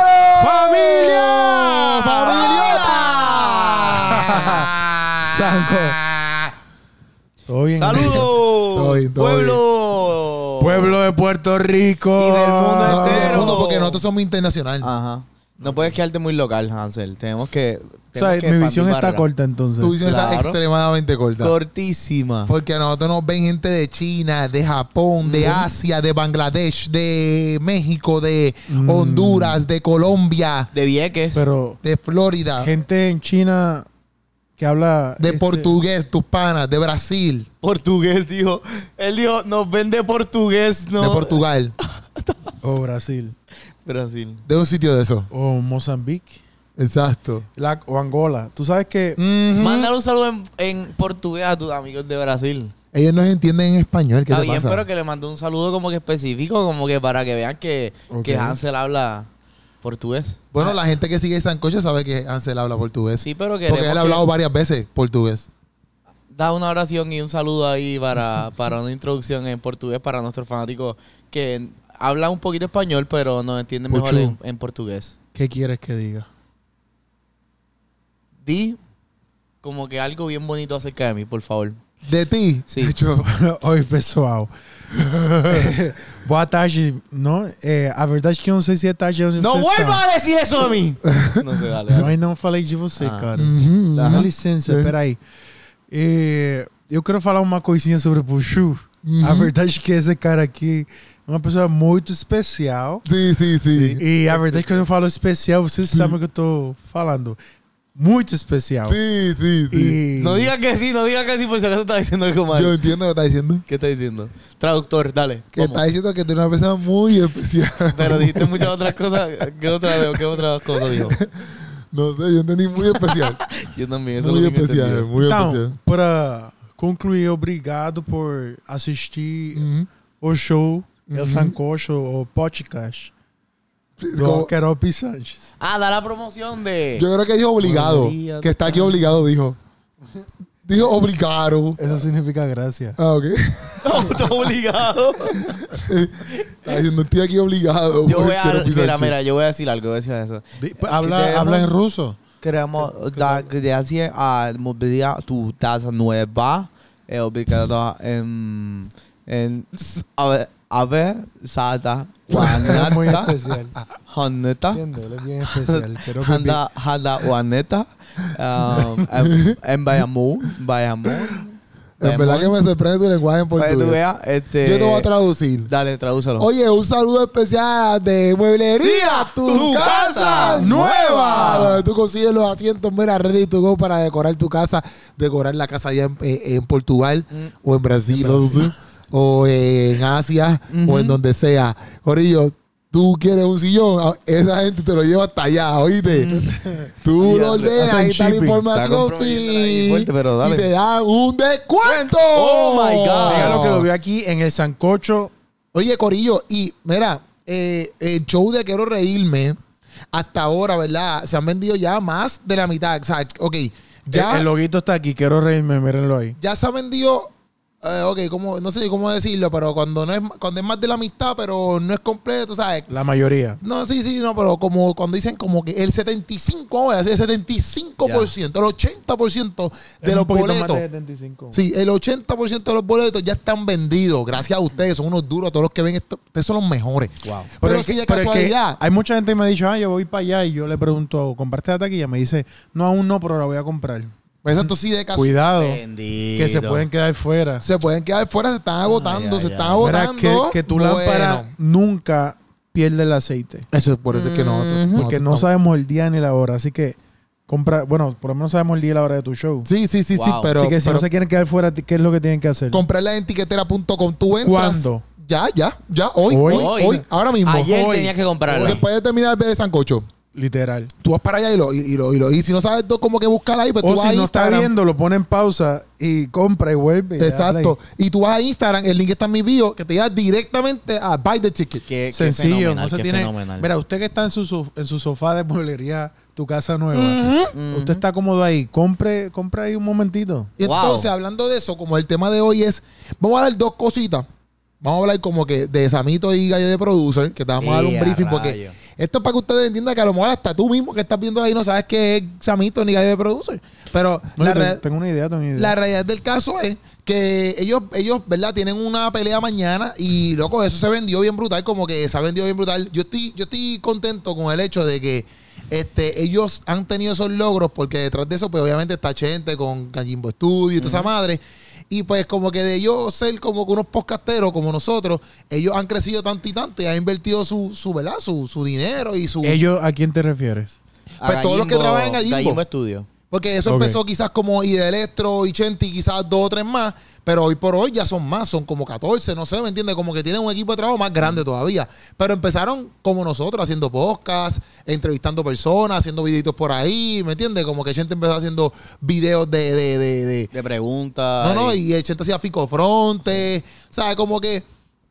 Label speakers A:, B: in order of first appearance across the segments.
A: Bronco.
B: Todo bien.
A: ¡Saludos!
B: Estoy- estoy-
A: ¡Pueblo!
C: Pueblo de Puerto Rico.
A: Y del mundo
B: Ah,
A: entero. Ah,
B: todo el mundo, porque nosotros somos internacionales.
A: Ajá. No puedes quedarte muy local, Hansel. Tenemos que.
C: O sea,
A: tenemos que
C: mi visión
A: expandir
C: está
A: barra.
C: corta entonces.
B: tu visión está
A: claro.
B: extremadamente corta.
A: Cortísima.
B: Porque a nosotros nos ven gente de China, de Japón, de Asia, de Bangladesh, de México, de
C: Mm.
B: Honduras, de Colombia,
A: De Vieques.
C: Pero
B: de Florida,
C: gente en China que habla
B: de
C: este,
B: portugués, tus panas, de Brasil,
A: portugués, dijo. Él dijo, nos vende portugués, ¿no?
B: de Portugal,
C: o Brasil
A: Brasil.
B: de un sitio de eso.
C: o Mozambique
B: Exacto.
C: la- o Angola. Tú sabes que
A: Mm.
B: Ujú.
A: Mándale un saludo en, en portugués a tus amigos de Brasil.
B: Ellos nos entienden en español. ¿Qué
A: Está
B: te
A: bien,
B: pasa?
A: pero que le mandó un saludo como que específico, como que para que vean que,
C: Ok.
A: que Hansel habla portugués.
B: Bueno, la gente que sigue el Sancocho sabe que Ansel habla portugués.
A: Ah. Sí, pero queremos
B: porque él
A: que
B: ha hablado varias veces portugués.
A: da una oración y un saludo ahí para, para una introducción en portugués para nuestros fanáticos que habla un poquito español, pero nos entienden mejor
C: Puchu.
A: en, en portugués.
C: ¿qué quieres que diga?
A: Di como que algo bien bonito acerca de mí, por favor.
B: De ti.
A: Sí.
B: Yo-
C: Oi, pessoal. É, boa tarde. Não, é, Eh, a verdade é que eu não sei se é tarde onde
A: ¡No
C: vocês
A: vuelvas a decir eso a mí! No
C: estão.
A: sé, dale.
C: Eu
A: dale.
C: ainda não falei de você,
A: Ah.
C: cara.
B: Ujú.
C: Dá licença,
B: É.
C: peraí. É, eu quero falar uma coisinha sobre o Puxu. A verdade é que esse cara aqui é uma pessoa muito especial.
B: Sí, sí, sí.
C: E a verdade é que quando eu falo especial, vocês sabem o que eu tô falando. Muito especial.
B: Sí, sí, sí.
C: E... é
A: No digas que sí, no digas que sí, por si acaso está diciendo algo mal.
B: Yo entiendo lo que está diciendo.
A: ¿Qué está diciendo? Traductor, dale.
B: Que
A: vamos.
B: está diciendo que tú eres una persona muy especial.
A: Pero dijiste muchas otras cosas. ¿Qué otra- qué otras cosas dijo?
B: No sé, yo entendí muy especial.
A: Yo también. Eso
B: muy
A: es lo que
B: especial,
A: entendí.
B: muy
C: Então,
B: especial.
C: para concluir, obrigado por assistir
B: Ujú.
C: o show El
B: Uhum.
C: Sancocho o podcast
B: Sí,
C: do
B: como-
C: Alquerol P. Sanches.
A: Ah, da la promoción de.
B: yo creo que dijo obligado.
A: Podría
B: Que está aquí obligado, dijo. Dijo obligado.
C: Isso significa graça.
B: Ah, ok.
A: Está obligado.
B: Está diciendo, estoy aquí obligado.
A: Yo
B: porque
A: voy a.
B: quiero pisar
A: Mira,
B: chicle.
A: mira, yo voy a decir algo, voy a decir eso.
C: Habla,
A: Queremos-
C: habla em russo?
A: Queremos dar gracias a Movilidad Tu Taza Nueva, eh, ubicada en. en. A ver. A ver, Sada,
C: É muito
A: Juaneta,
C: especial.
A: Juaneta,
C: Entendeu? Ele é bem especial. Quero que
A: Handa, Handa, Juaneta, um, en- en Bayamón, Bayamón.
B: En verdad que me sorprende tu lenguaje en
A: Para que tú
B: portugués.
A: veas, este.
B: Yo te voy a traducir.
A: Dale, tradúcelo.
B: Oye, un saludo especial de Mueblería, tu,
A: Tu
B: casa,
A: casa
B: nueva.
A: nueva.
B: Donde tú consigues los asientos, mira, ready to go para decorar tu casa, decorar la casa allá en, eh, en Portugal
A: Mm.
B: o en Brasil, no sé, o en Asia o en
A: Ujú.
B: donde sea. Corillo, tú quieres un sillón, ah, esa gente te lo lleva hasta allá, oíste.
A: Mm.
B: Tú
A: Ya
B: lo
A: sé.
B: ordenas,
C: Hacen
B: ahí está la
C: shipping.
A: Está
B: información,
A: comprometiéndola ahí
B: sí.
A: fuerte, pero dale.
B: Y te dan un descuento.
A: Oh, my God.
C: Dígalo que lo veo aquí en El Sancocho.
B: Oye, Corillo, y mira, eh, el show de Quiero Reírme, hasta ahora, ¿verdad? Se han vendido ya más de la mitad. O sea, ok, ya,
C: El, el loguito está aquí. Quero reírme, mírenlo ahí.
B: ya se han vendido, eh, ok, como, no sé cómo decirlo, pero cuando no es cuando es más de la mitad, pero no es completo, ¿sabes?
C: La mayoría.
B: No, sí, sí, no, pero como cuando dicen como que el 75 ahora, sí, el 75%, el 80% de
C: Es
B: los
C: un poquito más
B: boletos.
C: de 75.
B: Sí, el 80% de los boletos ya están vendidos. Gracias a ustedes, son unos duros, todos los que ven esto, ustedes son los mejores.
A: Wow.
B: Pero,
C: es
B: si
C: que-
B: de
C: pero es que
B: casualidad.
C: hay mucha gente que me ha dicho, ah, yo voy para allá y yo le pregunto, ¿comparte la taquilla? Me dice, no, aún no, pero la voy a comprar.
B: pues Exacto, sí, de casualidad.
C: Cuidado,
A: Bendito.
C: que se pueden quedar fuera.
B: Se pueden quedar fuera, se están agotando,
A: ya,
B: se
A: ya.
B: están
C: Mira,
B: agotando.
C: que, que tu
B: Bueno,
C: lámpara nunca pierde el aceite.
B: Eso es por eso es que no.
C: Porque no sabemos el día ni la hora. Así que compra, bueno, por lo menos sabemos el día y la hora de tu show.
B: Sí, sí, sí, sí,
A: Wow.
B: pero,
C: Así que si
B: pero
C: no se quieren quedar fuera, ¿qué es lo que tienen que hacer?
B: comprarla en tiquetera.com. Tú entras.
C: ¿Cuándo?
B: Ya, ya, ya, hoy, hoy,
C: Hoy.
B: hoy, ahora mismo.
A: Ayer
B: Hoy.
A: tenías que comprarla.
B: Después de terminar de ver el sancocho,
C: Literal.
B: tú vas para allá y lo, y, y lo, y lo- y si no sabes tú cómo que buscar ahí, pues tú
C: O
B: vas a
C: si no está
B: Instagram.
C: viendo, lo pone en pausa y compra y vuelve. y dale
B: Exacto.
C: ahí.
B: Y tú vas a Instagram, el link está en mi bio, que te lleva directamente a Buy the Ticket.
A: Qué- qué
C: Sencillo, no
A: fenomenal,
C: se
A: qué
C: tiene.
A: fenomenal.
C: Mira, usted que está en su, sof- en su sofá de mueblería, tu casa nueva, usted está cómodo ahí, compre, compre ahí un momentito.
B: Y
A: Wow.
B: entonces, hablando de eso, como el tema de hoy es, vamos a dar dos cositas Vamos a hablar como que de Samito y Gallo de Producer, que te vamos a dar
A: Y
B: un
A: a
B: briefing,
A: rayo.
B: porque esto es para que ustedes entiendan que a lo mejor hasta tú mismo que estás viendo ahí no sabes qué es Samito ni Gallo de Producer. Pero
C: No,
B: la
C: yo te-
B: rea-
C: tengo una idea, tengo una idea.
B: la realidad del caso es que ellos, ellos, ¿verdad? Tienen una pelea mañana y, loco, eso se vendió bien brutal, como que se ha vendido bien brutal. Yo estoy, yo estoy contento con el hecho de que este, ellos han tenido esos logros porque detrás de eso, pues obviamente está gente con Gallimbo Studio y toda esa madre. Y pues como que de ellos ser como que unos podcasteros como nosotros, ellos han crecido tanto y tanto y han invertido su, su ¿verdad? Su, su dinero y su...
C: ¿Ellos a quién te refieres?
B: Pues todos los que trabajan en Gallimbo.
A: Studio.
B: Porque eso
C: Ok.
B: empezó quizás como Ida Electro y Chenti, quizás dos o tres más, pero hoy por hoy ya son más, son como 14, no sé, ¿me entiendes? Como que tienen un equipo de trabajo más grande todavía. Pero empezaron como nosotros, haciendo podcasts, entrevistando personas, haciendo videitos por ahí, ¿me entiendes? Como que Chenti empezó haciendo videos de- de- de- de,
A: De preguntas.
B: no, no, y el Chente hacía Fico Fronte. O sea, como que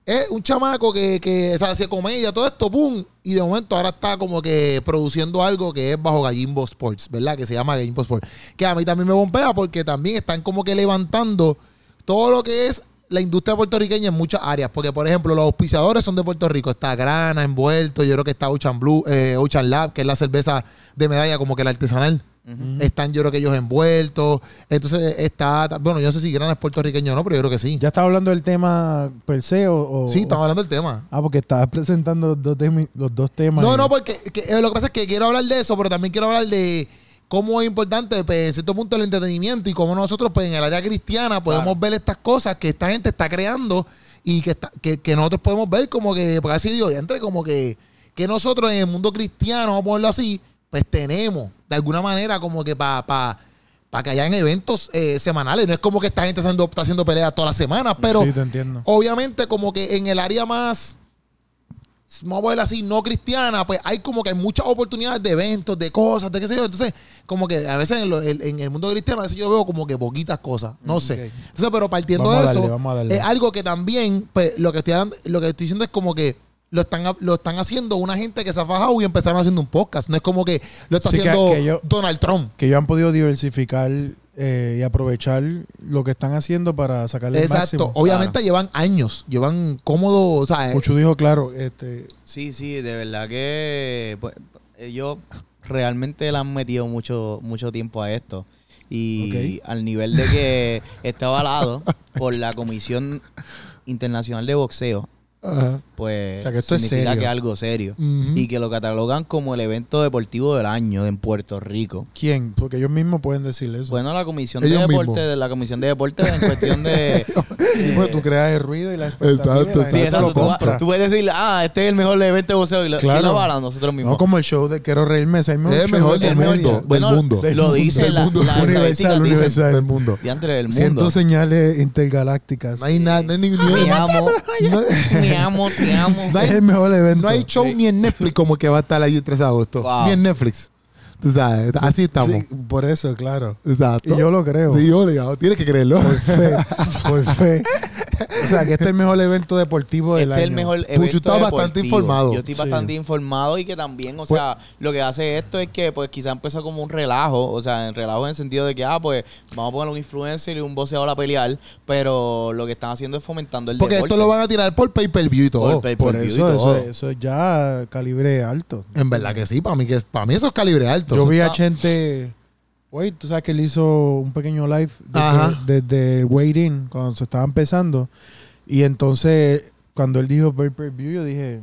B: es un chamaco que, que o sea, hacía comedia, todo esto, pum. Y de momento ahora está como que produciendo algo que es bajo Gallimbo Sports, ¿verdad? Que se llama Gallimbo Sports. Que a mí también me bompea porque también están como que levantando todo lo que es la industria puertorriqueña en muchas áreas. Porque, por ejemplo, los auspiciadores son de Puerto Rico. Está Grana, Envuelto, yo creo que está Ocean Blue, eh, Ocean Lab, que es la cerveza de medalla como que la artesanal. Están yo creo que ellos envueltos. Entonces está, bueno, yo no sé si Grana es puertorriqueño o no, pero yo creo que sí.
C: ¿Ya estás hablando del tema per se o...? o-
B: Sí, estamos hablando del tema.
C: Ah, porque estabas presentando los dos, temi- los dos temas.
B: No,
C: y-
B: no, porque que, eh, lo que pasa es que quiero hablar de eso, pero también quiero hablar de cómo es importante, pues, en cierto punto, el entretenimiento y cómo nosotros, pues, en el área cristiana podemos ver estas cosas que esta gente está creando y que, está- que, que nosotros podemos ver como que, por así Dios, entre como que, que nosotros en el mundo cristiano, vamos a ponerlo así, pues tenemos, de alguna manera, como que para... para que hayan eventos eh, semanales. No es como que esta gente haciendo, está haciendo peleas todas las semanas, pero
C: Sí, te entiendo.
B: obviamente como que en el área más vamos a ponerlo así, no cristiana, pues hay como que hay muchas oportunidades de eventos, de cosas, de qué sé yo. Entonces, como que a veces en, lo- en- en el mundo cristiano, a veces yo veo como que poquitas cosas, no sé.
C: Mm, ok.
B: Entonces, pero partiendo
C: Vamos a
B: de
C: darle,
B: eso,
C: vamos a darle.
B: es algo que también, pues, lo que estoy hablando- lo que estoy diciendo es como que lo están, lo están haciendo una gente que se ha fajado y empezaron haciendo un podcast. No es como que lo está
C: Sí, que-
B: haciendo
C: que yo-
B: Donald Trump.
C: Que ellos han podido diversificar eh, y aprovechar lo que están haciendo para sacarle el
B: Exacto.
C: máximo.
B: Obviamente llevan años, llevan cómodo, o sea, eh,
C: Mucho dijo, claro, este,
A: Sí, sí, de verdad que pues, ellos realmente le han metido mucho, mucho tiempo a esto. Y al nivel de que está avalado por la Comisión Internacional de Boxeo,
B: ajá.
A: pues
C: O sea, que esto es
A: significa
C: serio.
A: que es algo serio.
B: Ujú.
A: Y que lo catalogan como el evento deportivo del año en Puerto Rico.
C: ¿quién? Porque ellos mismos pueden decirle eso.
A: Bueno, la comisión
B: Ellos
A: de deporte,
B: mismos.
A: la comisión de deportes en cuestión de
C: Sí,
B: eh,
C: porque tú creas el ruido y la expectativa.
B: Exacto,
C: y la
B: exacto.
A: Sí,
C: gente
A: exacto.
C: lo
A: Tú,
C: compra.
A: tú puedes decir, ah, este es el mejor evento de boxeo y lo,
C: Claro.
A: ¿quién lo avala? nosotros mismos.
C: No como el show de Quiero Reírme, es el mejor,
B: Es
C: show
B: mejor
C: de
B: del
C: comedia.
B: mundo.
A: Bueno,
B: mundo.
C: Del
A: lo
C: mundo.
A: dice
C: Del
A: la,
C: mundo.
A: la estadística.
C: Universal,
A: Dice,
C: universal.
B: Del mundo.
A: diantre del mundo.
C: Siento señales intergalácticas.
B: No hay nada, no hay ni- ni-
A: Te amo, te amo, te amo.
B: No hay-
C: es el mejor evento.
B: No hay show ni en Netflix como que va a estar ahí el 3 de agosto.
A: Wow.
B: Ni en Netflix. Tú sabes, así estamos.
C: Sí, por eso, claro.
B: Exacto.
C: Y yo lo creo.
B: Sí, yo, obligado. Tienes que creerlo.
C: Por fe. Por fe. O sea, que este es el mejor evento deportivo del
A: Este es el
C: año.
A: mejor
B: Pucho,
A: evento
B: estás bastante
A: deportivo.
B: informado.
A: Yo estoy
C: Sí.
A: bastante informado y que también, o
C: Pues-
A: sea, lo que hace esto es que pues quizá empezó como un relajo, o sea, en relajo en el sentido de que, ah, pues vamos a poner un influencer y un boxeador a pelear, pero lo que están haciendo es fomentando el
B: Porque
A: deporte.
B: esto lo van a tirar por pay-per-view y todo.
A: Por pay-
C: Por
A: Pay-per-view y
C: eso,
A: todo.
C: eso, eso es ya calibre alto.
B: En verdad que sí, para mí, que, para mí eso es calibre alto.
C: Yo vi a
A: está-
C: Chente. Güey, tú sabes que él hizo un pequeño live desde,
B: Ajá.
C: desde Waiting, cuando se estaba empezando. Y entonces, cuando él dijo pay per view, yo dije,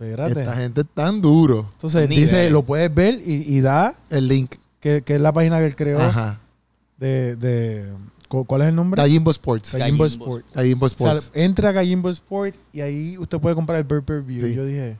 B: Esta
C: espérate.
B: gente es tan duro.
C: Entonces,
A: Nivel.
C: dice, lo puedes ver y, y da,
B: El link.
C: que, que es la página que él creó
B: Ajá.
C: de, de- cu- ¿Cuál es el nombre?
B: Gallimbo Sports.
C: Gallimbo
A: Gallimbo
C: Sport.
B: Gallimbo
C: O sea,
B: Sports.
C: entra a Gallimbo Sport y ahí usted puede comprar el pay per view.
B: Sí.
C: Yo dije,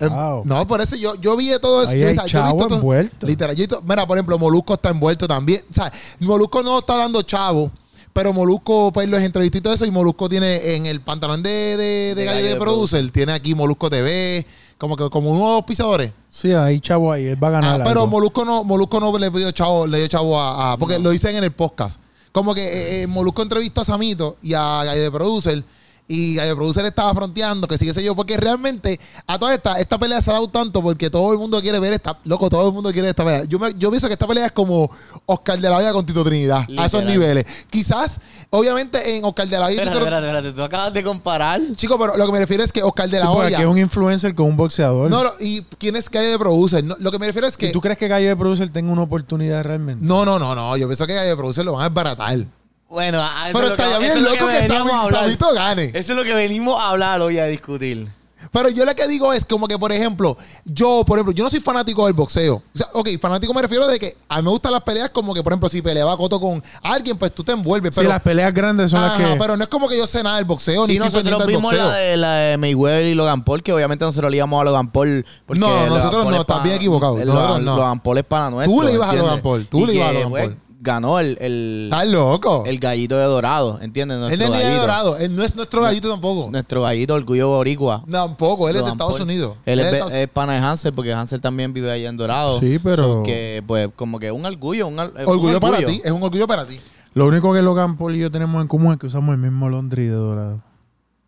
B: Em,
C: wow.
B: No, por eso yo, yo vi de todo eso.
C: ahí
B: yo, "Ah,
C: hay
B: yo he visto
C: chavo
B: todo-
C: envuelto.
B: Literal. yo he visto- Mira, por ejemplo, Molusco está envuelto también. O sea, Molusco no está dando chavo, pero Molusco, pues los entrevistas y todo eso, y Molusco tiene en el pantalón de, de, de,
A: De
B: Gallo
A: Gallo
B: de
A: de
B: Producer, tiene aquí Molusco TV, como que como unos auspiciadores.
C: Sí, hay chavo ahí. Él va a
B: Ah,
C: ganar
B: pero
C: algo.
B: Molusco no, Molusco no le dio chavo, le dio chavo a, a- porque lo dicen en el podcast. Como que eh, eh, Molusco entrevistó a Samito y a Gallo de Producer. Y Gallo Producer estaba fronteando, que sí, qué sé yo, porque realmente a toda esta, esta pelea se ha dado tanto porque todo el mundo quiere ver esta, loco, todo el mundo quiere ver esta pelea. Yo, me- yo pienso que esta pelea es como Oscar de la Hoya con Tito Trinidad, a esos
A: Literal.
B: niveles. Quizás, obviamente, en Oscar de la Hoya y
A: Espérate,
B: Tito-
A: espérate, espérate. Tú acabas de comparar.
B: Chico, pero lo que me refiero es que Oscar de
C: Sí,
B: la
C: porque
B: Hoya.
C: aquí es un influencer con un boxeador.
B: No, no, y quién es Gallo de Producer. No, lo que me refiero es que.
C: ¿Y tú crees que Gallo de Producer tenga una oportunidad realmente?
B: No, no, no, no. Yo pienso que Gallo de Producer lo van a desbaratar.
A: Bueno, a- a eso
B: Pero
A: es lo que-
B: estaría
A: eso
B: bien
A: es lo
B: loco que
A: veníamos a
B: Sammy-
A: hablar.
B: Samito gane.
A: Eso es lo que venimos a hablar hoy a discutir.
B: Pero yo lo que digo es como que, por ejemplo, yo, por ejemplo, yo no soy fanático del boxeo. O sea, ok, fanático me refiero de que a mí me gustan las peleas como que, por ejemplo, si peleaba Coto con alguien, pues tú te envuelves.
C: si
B: Pero,
C: las peleas grandes son
B: Ajá,
C: las que...
B: pero no es como que yo sé nada del boxeo,
A: Sí,
B: ni estoy
A: nosotros
B: pendiente del
A: vimos
B: boxeo.
A: la de, la de Mayweather y Logan Paul, que obviamente nosotros le íbamos a Logan Paul. Porque
B: No, nosotros
A: Logan Paul
B: no,
A: es
B: estás
A: pa-
B: bien equivocado.
A: el
B: Nosotros
A: Logan,
B: no.
A: Logan Paul es pana nuestro.
B: le ibas a
A: ¿entiendes?
B: Logan Paul, tú
A: Y
B: le ibas a
A: que,
B: Logan
A: pues,
B: Paul.
A: Ganó el, el,
B: Estás loco.
A: el gallito de dorado, ¿entiendes?
B: él
A: Nuestro
B: no es ni
A: gallito.
B: dorado. Él no es nuestro gallito tampoco.
A: Nuestro gallito, orgullo boricua.
B: Tampoco. Él es de
A: Logan
B: Estados
A: Paul.
B: Unidos.
A: Él es,
B: de
A: be-
B: Estados-
A: es pana de Hansel, porque Hansel también vive allá en Dorado.
C: Sí, pero-
A: So que, pues, como que un orgullo. Un, al- un
B: Orgullo para ti. Es un orgullo para ti.
C: Lo único que Logan Paul y yo tenemos en común es que usamos el mismo Londres de dorado.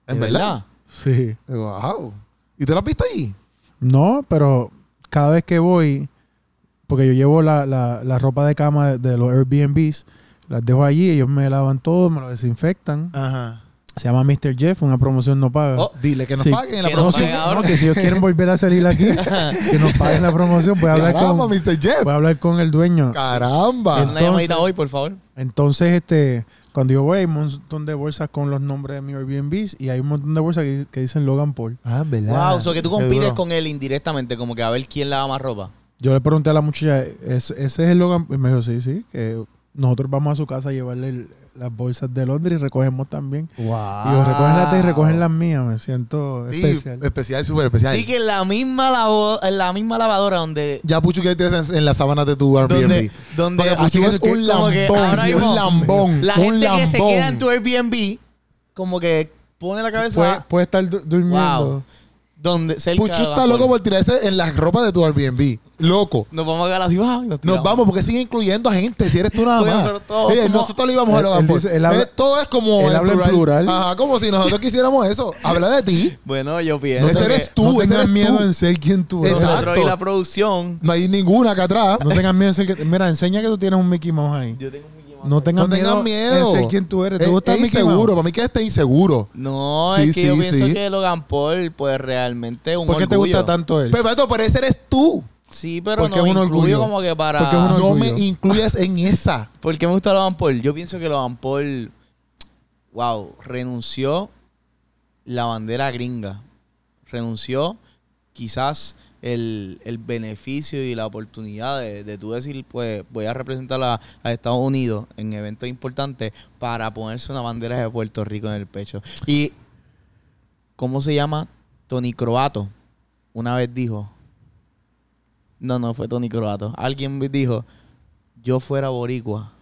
A: ¿De
B: En verdad.
C: Sí.
B: Wow. ¿Y tú lo has visto ahí?
C: No, pero cada vez que voy, porque yo llevo la, la- la ropa de cama de, de los Airbnbs, las dejo allí, ellos me lavan todo, me lo desinfectan.
B: Ajá.
C: Se llama Mr. Jeff, una promoción no paga.
A: Oh,
B: Dile que nos
C: Sí.
B: paguen en la
A: Que nos
C: No, sí,
B: promoción.
A: paguen ahora.
C: no, que si ellos quieren volver a salir aquí, que nos paguen la promoción, voy a hablar,
B: Caramba,
C: con,
B: Mr. Jeff.
C: voy a hablar con el dueño.
B: Caramba.
A: Haz una llamadita
C: Entonces-
A: hoy, por favor.
C: Entonces, este, cuando yo voy, hay un montón de bolsas con los nombres de mi Airbnb y hay un montón de bolsas que, que dicen Logan Paul.
B: Ah, ¿verdad?
A: Wow, o sea que tú compites con él indirectamente, como que a ver quién lava más ropa.
C: Yo le pregunté a la muchacha, ¿es- ¿ese es el Logan? Y me dijo, sí, sí, que nosotros vamos a su casa a llevarle el- las bolsas de Londres y recogemos también.
B: Wow.
C: Y yo, recogen las tuyas y recogen las mías, me siento
B: Sí, pues,
C: especial.
B: especial, súper especial.
A: Sí, que en la misma, lavo- en la misma lavadora donde.
B: Ya Puchu que tienes en, en las sábanas de tu Airbnb.
A: Donde, donde
B: Porque
A: así
B: Puchu es
A: que-
B: un
A: como que ahora
B: lambón,
A: mismo,
B: un lambón,
A: La
B: Mm. un
A: gente que se
B: lambón.
A: queda en tu Airbnb, como que pone la
C: Puede,
A: cabeza
C: puede estar du- durmiendo.
A: Wow. donde cerca
B: Puchu
A: de
B: está
A: Bad
B: loco
A: Bunny.
B: por tirarse en las ropas de tu Airbnb. Loco.
A: Nos vamos a quedar así, wow, y nos
B: Nos
A: tiramos.
B: vamos porque sigue incluyendo a gente. Si eres tú nada
A: Oye,
B: más.
A: nosotros todos
B: Oye,
A: somos-
B: nosotros lo íbamos a
C: Él-
B: lograr.
C: él
B: por-
C: dice- él habla-
B: Eh, Todo es como.
C: él habla en plural.
B: Ajá, como si nosotros quisiéramos eso. Habla de ti.
A: Bueno, yo
B: No
A: pienso.
B: ese
A: que
B: eres tú,
C: no
B: ese
C: tengas
B: eres
C: miedo
B: tú.
C: en ser quien tú eres.
B: Exacto.
A: Nosotros y la producción.
B: No hay ninguna acá atrás.
C: No tengas miedo en ser que... Mira, enseña que tú tienes un Mickey Mouse ahí.
A: Yo tengo un Mickey Mouse.
C: No tengas,
B: No tengas miedo.
C: en ser quien tú eres. ¿Te
B: Es-
C: gusta
B: es
C: Mickey Mouse?
B: inseguro. Para mí que esté inseguro.
A: No,
B: Sí,
A: es que yo
B: sí,
A: pienso
B: sí.
A: que Logan Paul, pues realmente un
C: ¿Por qué te
A: orgullo.
C: gusta tanto él?
B: Pero, Beto, pero ese eres tú.
A: Sí, pero
C: Porque
A: no
C: es un
A: incluyo
C: orgullo.
A: como que para.
C: Porque es un orgullo.
B: No me incluyas en esa.
A: ¿Por qué me gusta Logan Paul? Yo pienso que Logan Paul, wow, renunció la bandera gringa. Renunció quizás el, el beneficio y la oportunidad de, de tú decir, pues voy a representar a, a Estados Unidos en eventos importantes para ponerse una bandera de Puerto Rico en el pecho. Y, ¿cómo se llama? Tony Croato una vez dijo, no, no fue Tony Croato, alguien me dijo, yo fuera boricua,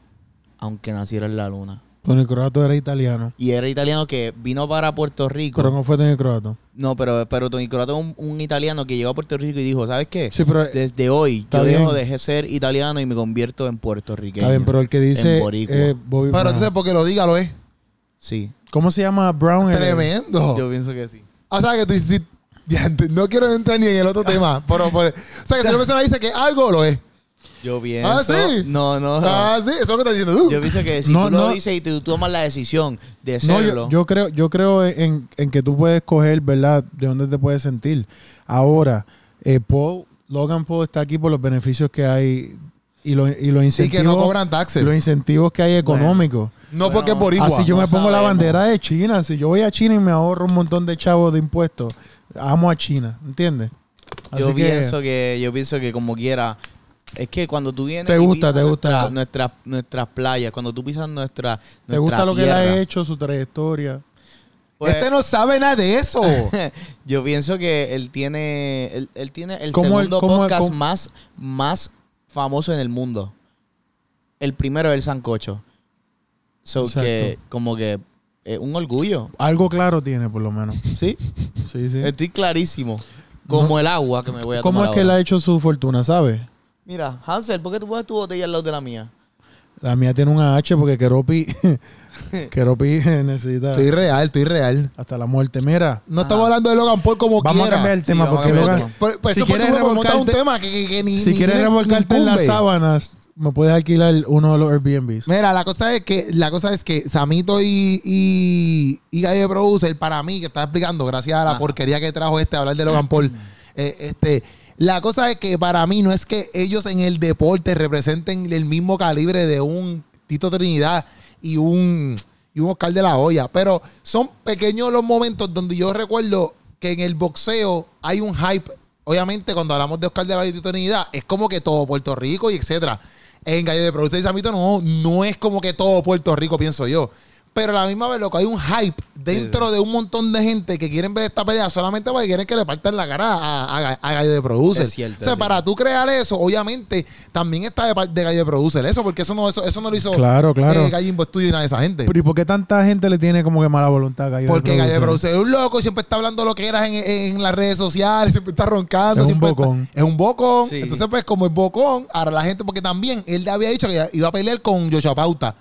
A: aunque naciera en la luna.
C: Tony Croato era italiano.
A: Y era italiano que vino para Puerto Rico.
C: Pero no fue Tony Croato.
A: no, pero, pero Tony Croato es un, un italiano que llegó a Puerto Rico y dijo, ¿sabes qué?
C: Sí, pero
A: Desde hoy
C: Está
A: yo
C: bien.
A: dejo de ser italiano y me convierto en puertorriqueño.
C: está bien, pero el que dice
A: en boricua.
C: eh, Bobby
B: Pero
C: Brown.
B: entonces, porque lo diga, lo es.
A: Sí,
C: ¿Cómo se llama Brown? el-
B: Tremendo.
A: yo pienso que sí.
B: O sea, que tú si- ya, te- no quiero entrar ni en el otro tema. Pero, pero- o sea, que si una persona dice que algo lo es.
C: Ah,
A: Yo pienso...
B: sí?
A: No, no, no.
B: Ah, sí, eso es lo que estás diciendo tú.
A: Yo pienso que si
C: No,
A: tú lo
C: no.
A: dices y tú tomas la decisión de
C: No,
A: serlo...
C: yo, yo creo, yo creo en, en que tú puedes coger, ¿verdad? De dónde te puedes sentir. Ahora, eh, Paul, Logan Paul está aquí por los beneficios que hay y los, y los
B: y
C: incentivos.
B: que no cobran taxes.
C: los incentivos que hay económicos.
B: no
A: Bueno,
B: porque es boricua.
C: Así yo
A: no
C: me pongo la
A: sabemos.
C: bandera de China. Si yo voy a China y me ahorro un montón de chavos de impuestos, amo a China, ¿entiendes?
A: Yo
C: Así que-
A: pienso que yo pienso que como quiera es que cuando tú vienes
C: Te
A: y
C: gusta,
A: pisas
C: te gusta.
A: nuestra- nuestras nuestras playas, cuando tú pisas nuestra
C: ¿Te gusta
A: nuestra
C: lo que él ha
A: tierra,
C: hecho, su trayectoria?
A: pues,
B: este no sabe nada de eso.
A: yo pienso que él tiene él, él tiene el
C: ¿Cómo el-
A: segundo
C: cómo el-
A: podcast
C: cómo-
A: más más famoso en el mundo. El primero es el sancocho. So
C: Exacto.
A: que como que eh, un orgullo,
C: Algo claro tiene, por lo menos.
A: ¿sí?
C: Sí, sí.
A: Estoy clarísimo. Como el agua que me Este, voy a
C: ¿Cómo
A: tomar
C: es que él
A: ahora.
C: ha hecho su fortuna, sabes?
A: Mira, Hansel, ¿por qué tú pones tu botella al lado de la mía?
C: La mía tiene una H porque Keropi Quiero pije, necesita
B: Estoy real, estoy real.
C: hasta la muerte. Mira,
B: No estamos hablando de Logan Paul como
C: vamos a
B: quiera.
C: cambiar el tema
A: Sí, vamos a
C: porque
A: cambiar
C: Logan-
A: el tema.
B: Por- por
C: Si
B: eso fue
C: quieres
B: tú por montar un
C: revolcarte-
B: tema que, que- que ni
C: si
B: ni
C: quieres
B: tiene-
C: revolcarte
B: ni
C: en las
B: incumbe.
C: sábanas, me puedes alquilar uno de los Airbnbs.
B: Mira, la cosa es que, la cosa es que Samito y, y, y Calle Producer, para mí, que está explicando, gracias a la
A: Ajá.
B: porquería que trajo este, hablar de Logan Paul, eh, este, la cosa es que para mí no es que ellos en el deporte representen el mismo calibre de un Tito Trinidad y un, y un Oscar de la Hoya, pero son pequeños los momentos donde yo recuerdo que en el boxeo hay un hype. Obviamente, cuando hablamos de Oscar de la Hoya y Tito Trinidad, es como que todo Puerto Rico y etcétera en Gallo de Producer y Samito no, no es como que todo Puerto Rico, pienso yo. Pero a la misma vez, loco, hay un hype dentro de un montón de gente que quieren ver esta pelea solamente porque quieren que le partan la cara a, a- a Gallo de Producer.
A: Es cierto,
B: o sea,
A: sí.
B: para tú crear eso, obviamente, también está de parte de Gallo de Producer eso, porque eso no, eso, eso no lo hizo
C: Claro, claro.
B: eh, Gallimbo Studio y nada de esa gente.
C: Pero ¿y por qué tanta gente le tiene como que mala voluntad a Gallo de
B: Porque Gallo de
C: Producer?
B: Producer es un loco, siempre está hablando lo que eras en, en las redes sociales, siempre está roncando.
C: Es un
B: siempre está-
C: bocón.
B: es un bocón.
A: Sí.
B: Entonces, pues, como es bocón, ahora la gente, porque también él le había dicho que iba a pelear con Joshua Pauta.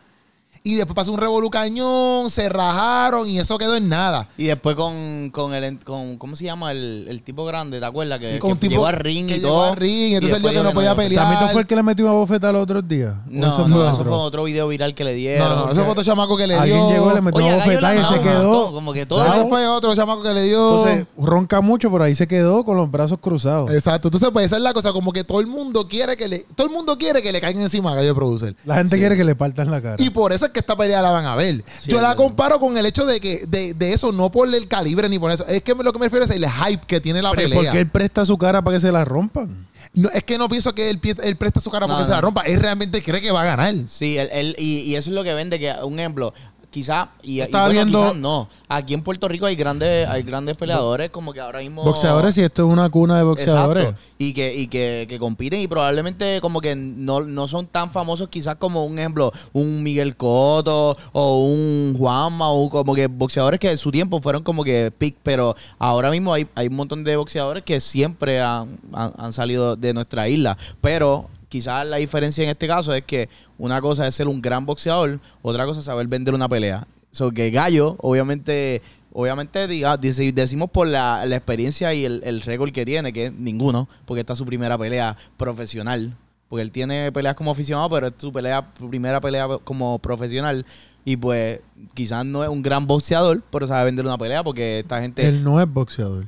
B: Y después pasó un revolú cañón, se rajaron y eso quedó en nada.
A: Y después con, con el con ¿cómo se llama? El, el tipo grande, ¿te acuerdas? Que,
B: Sí, con
A: que
B: un tipo
A: llegó al ring
B: que
A: y
B: llegó
A: todo.
B: al ring, entonces él dijo
A: después
B: que no
A: iba
B: podía
A: a
B: pelear.
C: ¿Samito fue el que le metió una bofeta los otros días? ¿O
A: No,
C: eso
A: no,
C: fue
A: eso
C: otro?
A: fue otro video viral que le dieron.
B: No, no, ese fue otro chamaco que le dio.
C: Alguien llegó y le metió
A: Oye,
C: una
A: a Gallo
C: bofetada
A: le
C: y se
A: mataron,
C: quedó.
A: mató, como que todo
B: Ese
A: eso
B: fue otro chamaco que le dio.
C: Entonces, ronca mucho, pero ahí se quedó con los brazos cruzados.
B: Exacto. Entonces, pues esa es la cosa, como que todo el mundo quiere que le, todo el mundo quiere que le caigan encima a Gallo de Producer.
C: La gente quiere que le partan la cara.
B: Y por eso es que esta pelea la van a ver.
A: Sí,
B: Yo
A: es
B: la
A: verdad.
B: comparo con el hecho de que de, de eso, no por el calibre ni por eso. Es que lo que me refiero es el hype que tiene la
C: Pero ¿y
B: pelea.
C: ¿Por qué él presta su cara para que se la rompan?
B: No, es que no pienso que él, pi- él presta su cara porque
A: No,
B: se la
A: no.
B: rompa. Él realmente cree que va a ganar.
A: Sí, él, él- y, y eso es lo que vende, que un ejemplo, quizá, y, y
C: Estaba
A: bueno,
C: viendo-
A: quizá no. Aquí en Puerto Rico hay grandes, hay grandes peleadores, como que ahora mismo.
C: Boxeadores, y esto es una cuna de boxeadores.
A: Exacto. Y que, y que, que compiten y probablemente como que no, no son tan famosos quizás como un ejemplo, un Miguel Cotto o un Juanma o como que boxeadores que en su tiempo fueron como que pick, pero ahora mismo hay, hay un montón de boxeadores que siempre han, han- han salido de nuestra isla, pero... Quizás la diferencia en este caso es que una cosa es ser un gran boxeador, otra cosa es saber vender una pelea. So que Gallo, obviamente, obviamente diga, dice- decimos por la, la experiencia y el, el récord que tiene, que es ninguno, porque esta es su primera pelea profesional. Porque él tiene peleas como aficionado, pero es su pelea, primera pelea como profesional. Y pues quizás no es un gran boxeador, pero sabe vender una pelea porque esta gente...
C: Él no es boxeador.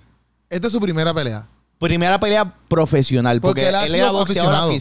B: Esta es su primera pelea.
A: primera pelea profesional,
B: Porque
A: porque,
B: él
A: él,
B: ha
A: era
B: sido
A: boxeador
B: aficionado.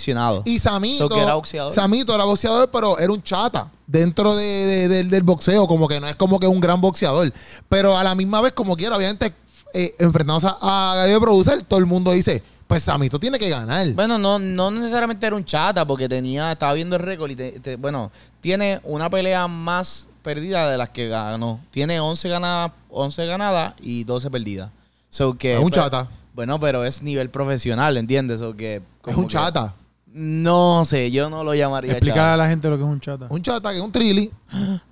A: aficionado.
B: Y Samito.
A: So que era boxeador.
B: Samito era boxeador, pero era un chata dentro de- de- del- del boxeo. Como que no es como que un gran boxeador. Pero a la misma vez, como quiera, obviamente, eh, enfrentándose a, a Gallo de Producer, todo el mundo dice: Pues Samito tiene que ganar.
A: Bueno, no, no necesariamente era un chata, porque tenía, estaba viendo el récord y, te- te- bueno, tiene una pelea más perdida de las que ganó. Tiene 11 ganadas, 11 ganadas y 12 perdidas. So que,
B: Es un
A: pero-
B: chata.
A: Bueno, pero es nivel profesional, ¿entiendes? So que,
B: es
A: como
B: un
A: que-
B: chata.
A: No sé, yo no lo llamaría
C: Explicar a
A: chata.
C: la gente lo que es un chata.
B: Un chata que es un trilly.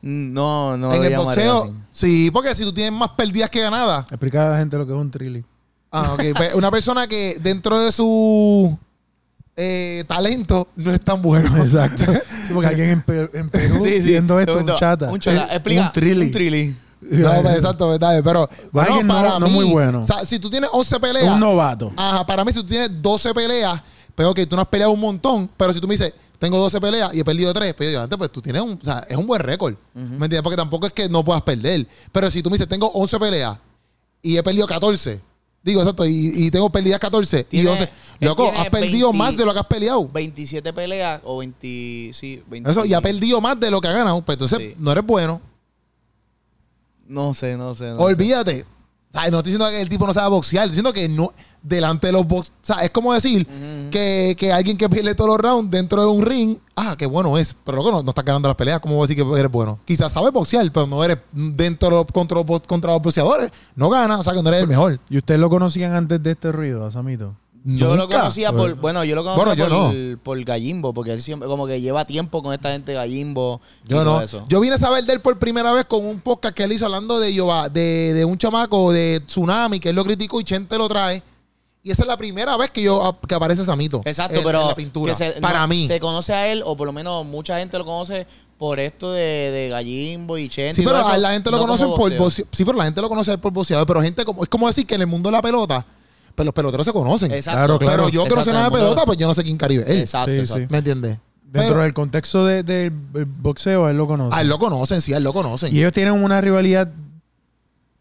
A: No, no
B: en
A: lo
B: el
A: llamaría
B: boxeo.
A: así.
B: Sí, porque si tú tienes más perdidas que ganadas.
C: Explicar a la gente lo que es un trilly.
B: Ah, ok. pues, una persona que dentro de su eh, talento no es tan bueno.
C: Exacto. Sí, porque alguien en, Per- en Perú viendo esto, un chata.
A: Un chata. Explica.
C: Un trilly.
A: trilly.
B: No, pues, exacto, verdad. Pero bueno,
C: Alguien no-
B: para
C: no
B: mí,
C: muy bueno.
B: o sea, si tú tienes 11 peleas.
C: Un novato.
B: Ajá, para mí, si tú tienes 12 peleas, pero que tú no has peleado un montón, pero si tú me dices, tengo 12 peleas y he perdido 3, pues yo digo, "Antes, pues tú tienes un, o sea, es un buen récord. ¿Me entiendes? Porque tampoco es que no puedas perder. Pero si tú me dices, tengo 11 peleas y he perdido 14, digo, exacto, y, y tengo perdidas 14, y
A: Tiene-
B: 11,
A: él
B: loco,
A: tiene
B: has perdido
A: 20
B: más de lo que has peleado.
A: 27 peleas o 20, sí, 20.
B: Eso, y has perdido más de lo que has ganado, pues entonces
A: Sí.
B: no eres bueno.
A: No sé, no sé. no sé.
B: Olvídate. Ay, no estoy diciendo que el tipo no sabe boxear, estoy diciendo que no, delante de los box. O sea, es como decir
A: Ujú.
B: que, que alguien que pierde todos los rounds dentro de un ring, ah, qué bueno es, pero loco, no, no estás ganando las peleas, ¿cómo voy a decir que eres bueno? Quizás sabes boxear, pero no eres dentro de los- contra los, bo- contra los boxeadores, no ganas, o sea que no eres el mejor.
C: ¿Y ustedes lo conocían antes de este ruido, Samito?
A: Yo lo
B: Nunca. Pues,
A: conocía por, bueno, yo lo
B: Bueno,
A: conocía
B: yo
A: por, por Gallimbo, porque él siempre como que lleva tiempo con esta gente Gallimbo. y
B: Yo
A: todo
B: no.
A: eso.
B: Yo vine a saber de él por primera vez con un podcast que él hizo hablando de, Yova- de, de un chamaco de Tsunami, que él lo criticó y Chente lo trae. Y esa es la primera vez que yo que aparece Samito.
A: Exacto,
B: en- en
A: pero
B: la pintura.
A: que se-
B: Para
A: no,
B: mí.
A: se conoce a él, o por lo menos mucha gente lo conoce por esto de, de Gallimbo y Chente.
B: Sí,
A: y
B: pero
A: todo eso,
B: la gente lo
A: no
B: conoce
A: como
B: por
A: boxeo.
B: boxeo- Sí, pero la gente lo conoce por boxeador. Pero gente como, es como decir que en el mundo de la pelota, pero los peloteros se conocen.
A: Exacto.
C: Claro, claro.
B: Pero yo que no
A: Exacto,
B: sé nada de
A: el mundo-
B: pelota, pues yo no sé quién Caribe. es él.
A: Exacto,
C: Sí,
A: exacto.
B: ¿Me entiendes?
C: Dentro
B: Pero
C: del contexto de- del eh, boxeo, él lo conoce.
B: a él lo conocen, sí, a él lo conocen.
C: Y ellos tienen una rivalidad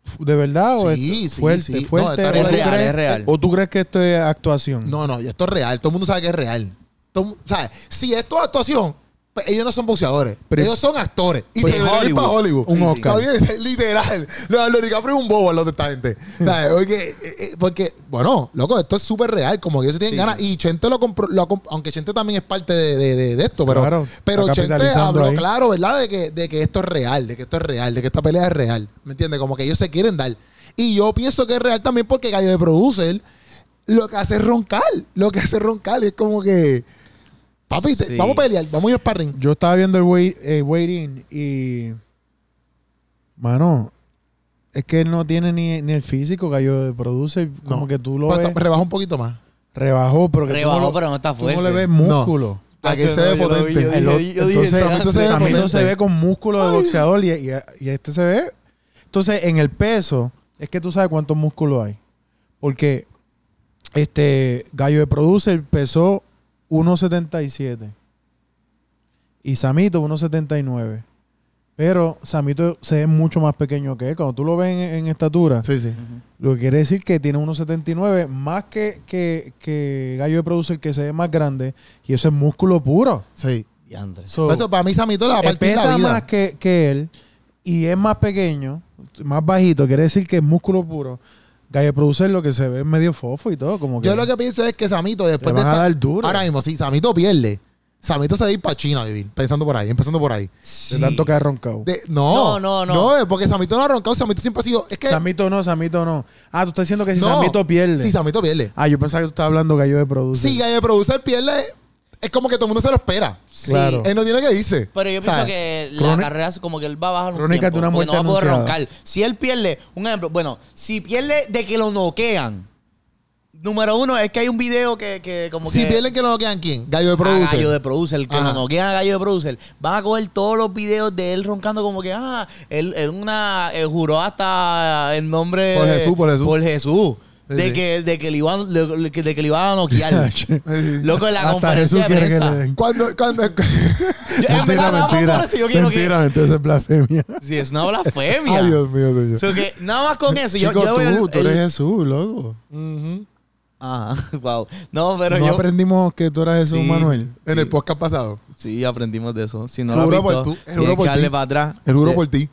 C: f- de verdad o
B: Sí,
C: esto-
B: sí,
C: fuerte,
B: sí. No,
C: fuerte.
B: está
C: o,
A: Es
C: tú
B: rivalidad,
A: real,
C: crees,
A: es real.
C: o tú crees que esto es actuación?
B: No, no, esto es real. Todo el mundo sabe que es real. Todo el mu- ¿sabes? Si esto es actuación, pues ellos no son boxeadores.
C: Pero-
B: ellos son actores. Y
A: Pero
B: se deben
A: en
B: ir
A: pues Hollywood.
B: para Hollywood.
C: Pues Un
B: Sí, sí.
C: Oscar.
B: Está bien, literal. Leonardo DiCaprio es un bobo al lado de esta gente. ¿Sabes? Porque, eh, eh, porque, bueno, loco, esto es súper real. Como que ellos se tienen
A: Sí,
B: ganas. Y Chente lo compró. lo comp- aunque Chente también es parte de, de- de- de esto. Pero,
C: Claro,
B: pero
C: está
B: Chente
C: capitalizando
B: habló
C: ahí.
B: claro, ¿verdad? De que, de que esto es real. De que esto es real. De que esta pelea es real. ¿Me entiendes? Como que ellos se quieren dar. Y yo pienso que es real también porque Gallo de Producer lo que hace es roncar. Lo que hace es roncar. Es como que. Papi, te-
A: Sí.
B: vamos a pelear, vamos a ir a sparring.
C: Yo estaba viendo el wait- eh, Waiting y. Mano, es que él no tiene ni, ni el físico que yo produce. Como
B: No.
C: que tú lo
B: Pues,
C: ves.
B: to- Rebaja un poquito más.
C: Rebajó, pero que tú no
A: Rebajó,
C: lo-
A: pero no está
C: tú no
A: fuerte.
C: le ves músculo.
B: A que se ve potente.
A: Yo dije, yo dije,
C: Entonces,
B: Samito
A: exacto.
B: se ve
C: Samito
B: potente.
C: se ve con músculo de boxeador y, y- y este se ve. Entonces, en el peso, es que tú sabes cuántos músculos hay. Porque este Gallo de Producer pesó 1.77 y Samito 1.79. Pero Samito se ve mucho más pequeño que él. Cuando tú lo ves en, en estatura,
B: Sí, sí.
A: Ujú.
C: lo que quiere decir que tiene 1.79 más que, que, que Gallo de Producer, que se ve más grande. Y eso es músculo puro.
B: Sí.
A: Y Andrés.
C: So-
B: Por eso para mí Samito la
C: él
B: parte de
C: Eh, pesa
B: la vida.
C: Oh. más que, que él y es más pequeño, más bajito, quiere decir que es músculo puro. Gallo Producer lo que se ve es medio fofo y todo, como que,
B: Yo lo que pienso es que Samito después
C: le van
B: de
C: a
B: esta-
C: dar duro.
B: Ahora mismo, si Samito pierde, Samito se va a ir para China a vivir. Pensando por ahí, empezando por ahí.
C: de tanto que ha roncado.
B: De- no,
A: No, no, no.
B: es porque Samito no ha roncado. Samito siempre ha sido. Es que.
C: Samito no, Samito no. Ah, tú estás diciendo que si
B: no.
C: Samito pierde.
B: Si Samito pierde.
C: ah, yo pensaba que tú estabas hablando Gallo de Producer.
B: Si Gallo de Producer pierde, es como que todo el mundo se lo espera.
A: Sí,
C: Claro.
B: Él no tiene que irse.
A: Pero yo
B: O sea,
A: pienso que la
C: crone-
A: carrera es como que él va a bajar un
C: crónica de
A: tiempo,
C: una
A: porque no va a
C: muerte
A: poder
C: anunciada.
A: roncar. Si él pierde, un ejemplo, bueno, si pierde de que lo noquean, número uno es que hay un video que, que como
B: Si
A: que...
B: pierden, que no quedan quién? Gallo de
A: a
B: Producer.
A: Gallo de Producer, que
B: Ajá.
A: lo noquean a Gallo de Producer, van a coger todos los videos de él roncando como que, ah, él, él una, él juró hasta el nombre...
B: Por Jesús, por Jesús.
A: Por Jesús.
B: Sí,
A: De
B: sí.
A: que, de que le iban, de, que- de que le iban a noquear. Loco, en la
C: Hasta
A: conferencia
C: Jesús
A: de
C: quiere que
A: prensa.
C: le den.
B: Cuando, cuando,
A: Yo- en verdad, vamos por eso, yo quiero que-
C: mentira, mentira, eso es blasfemia.
A: Sí, es una blasfemia.
B: Ay, Dios mío, señor.
A: So que nada más con eso.
C: Chico,
A: yo, yo
C: tú,
A: veo el-
C: tú
A: el-
C: eres Jesús, loco.
B: Ujú.
A: Ah, wow. No, pero
C: no
A: yo.
C: aprendimos que tú eras Jesús,
A: Sí.
C: Manuel.
B: En el podcast pasado.
A: Sí, aprendimos de eso. Si no
B: El
A: lo has
B: juro por
A: visto,
B: tú, el
A: tienes
B: juro por
A: que darle
B: ti.
A: para atrás.
B: El juro
A: Eh,
B: por ti.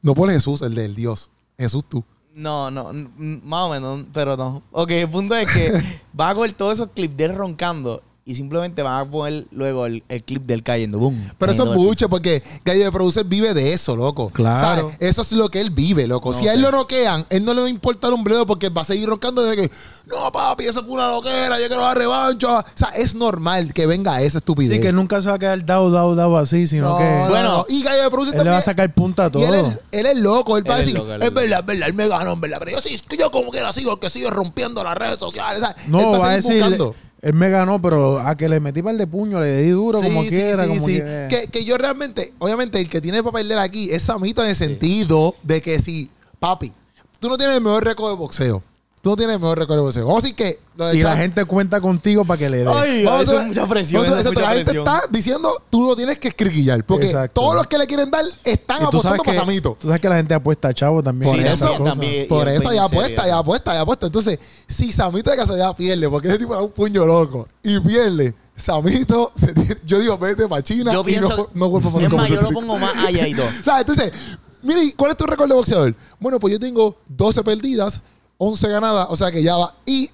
B: No por Jesús, el del Dios. Jesús tú.
A: No, no, n- n- más o menos, pero no. Ok, el punto es que va a coger todos esos clips de él roncando y simplemente van a poner luego el, el clip del cayendo. Boom.
B: Pero eso
A: cayendo
B: es
A: por el
B: buche porque Gallo de Producer vive de eso, loco.
C: Claro.
B: ¿Sabes? Eso es lo que él vive, loco.
A: No
B: si a él
A: sé.
B: lo noquean, él no le va a importar un bledo porque va a seguir roncando desde que, no, papi, eso fue una loquera, yo quiero la revancha. O sea, es normal que venga esa estupidez.
C: Sí, que nunca se va a quedar dao, dao, dao así, sino
B: No,
C: que
B: no,
A: Bueno,
B: no. y Gallo de Producer
C: él le va a
B: también.
C: sacar punta a
B: Y
C: todo.
B: él, es- él es loco, él va a
A: Él es
B: decir,
A: loco, él es
B: es verdad, es verdad, él me ganó, en verdad. Pero yo sí, yo como quiera sigo, que sigue rompiendo las redes sociales. ¿sabes?
C: No,
B: él
C: va a
B: seguir
C: decir, él me ganó, pero a que le metí par de puño, le di duro como
B: sí,
C: quiera,
B: sí,
C: como
B: sí.
C: que-
B: Que, eh. que yo realmente, obviamente, el que tiene para perder aquí es Samito en el sentido de que si, papi, tú no tienes el mejor récord de boxeo. Tú no tienes el mejor récord de boxeo. Vamos a decir que lo de
C: Y la
B: Chan-
C: gente cuenta contigo para que le dé.
A: Ay,
B: Vamos a
A: eso
B: ver-
A: es mucha presión,
B: vamos a ver,
A: eso es
B: exacto,
A: mucha
B: la gente
A: presión.
B: está diciendo, tú lo tienes que escriquillar. Porque
C: Exacto.
B: todos los que le quieren dar están
C: Y tú sabes
B: apostando para
C: que-
B: Samito.
C: Tú sabes que la gente apuesta a chavo también.
B: Por
C: y esas
B: eso,
C: cosas.
A: también. Y-
B: Por
A: y
B: eso
A: empeño
B: ya
A: en
B: apuesta,
A: serio.
B: ya apuesta, ya apuesta. Entonces, si Samito de casualidad pierde, porque ese tipo da un puño loco y pierde, Samito, se tiene- yo digo, vete para China
A: Yo
B: y no-
A: pienso-
B: no, vuelvo a poner
A: Es más,
B: como
A: yo lo
B: Puerto
A: pongo más allá y todo.
B: Rico. ¿Sabes? Entonces, mire, ¿y ¿cuál es tu récord de boxeador? Bueno, pues yo tengo 12 perdidas, 11 ganadas, o sea que ya va. Y,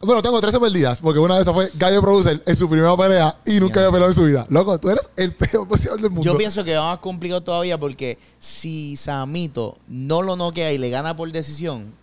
B: bueno, tengo 13 perdidas, porque una de esas fue Gallo Producer en su primera pelea y nunca había peleado en su vida. Loco, tú eres el peor boxeador del mundo.
A: Yo pienso que va más complicado todavía porque si Samito no lo noquea y le gana por decisión,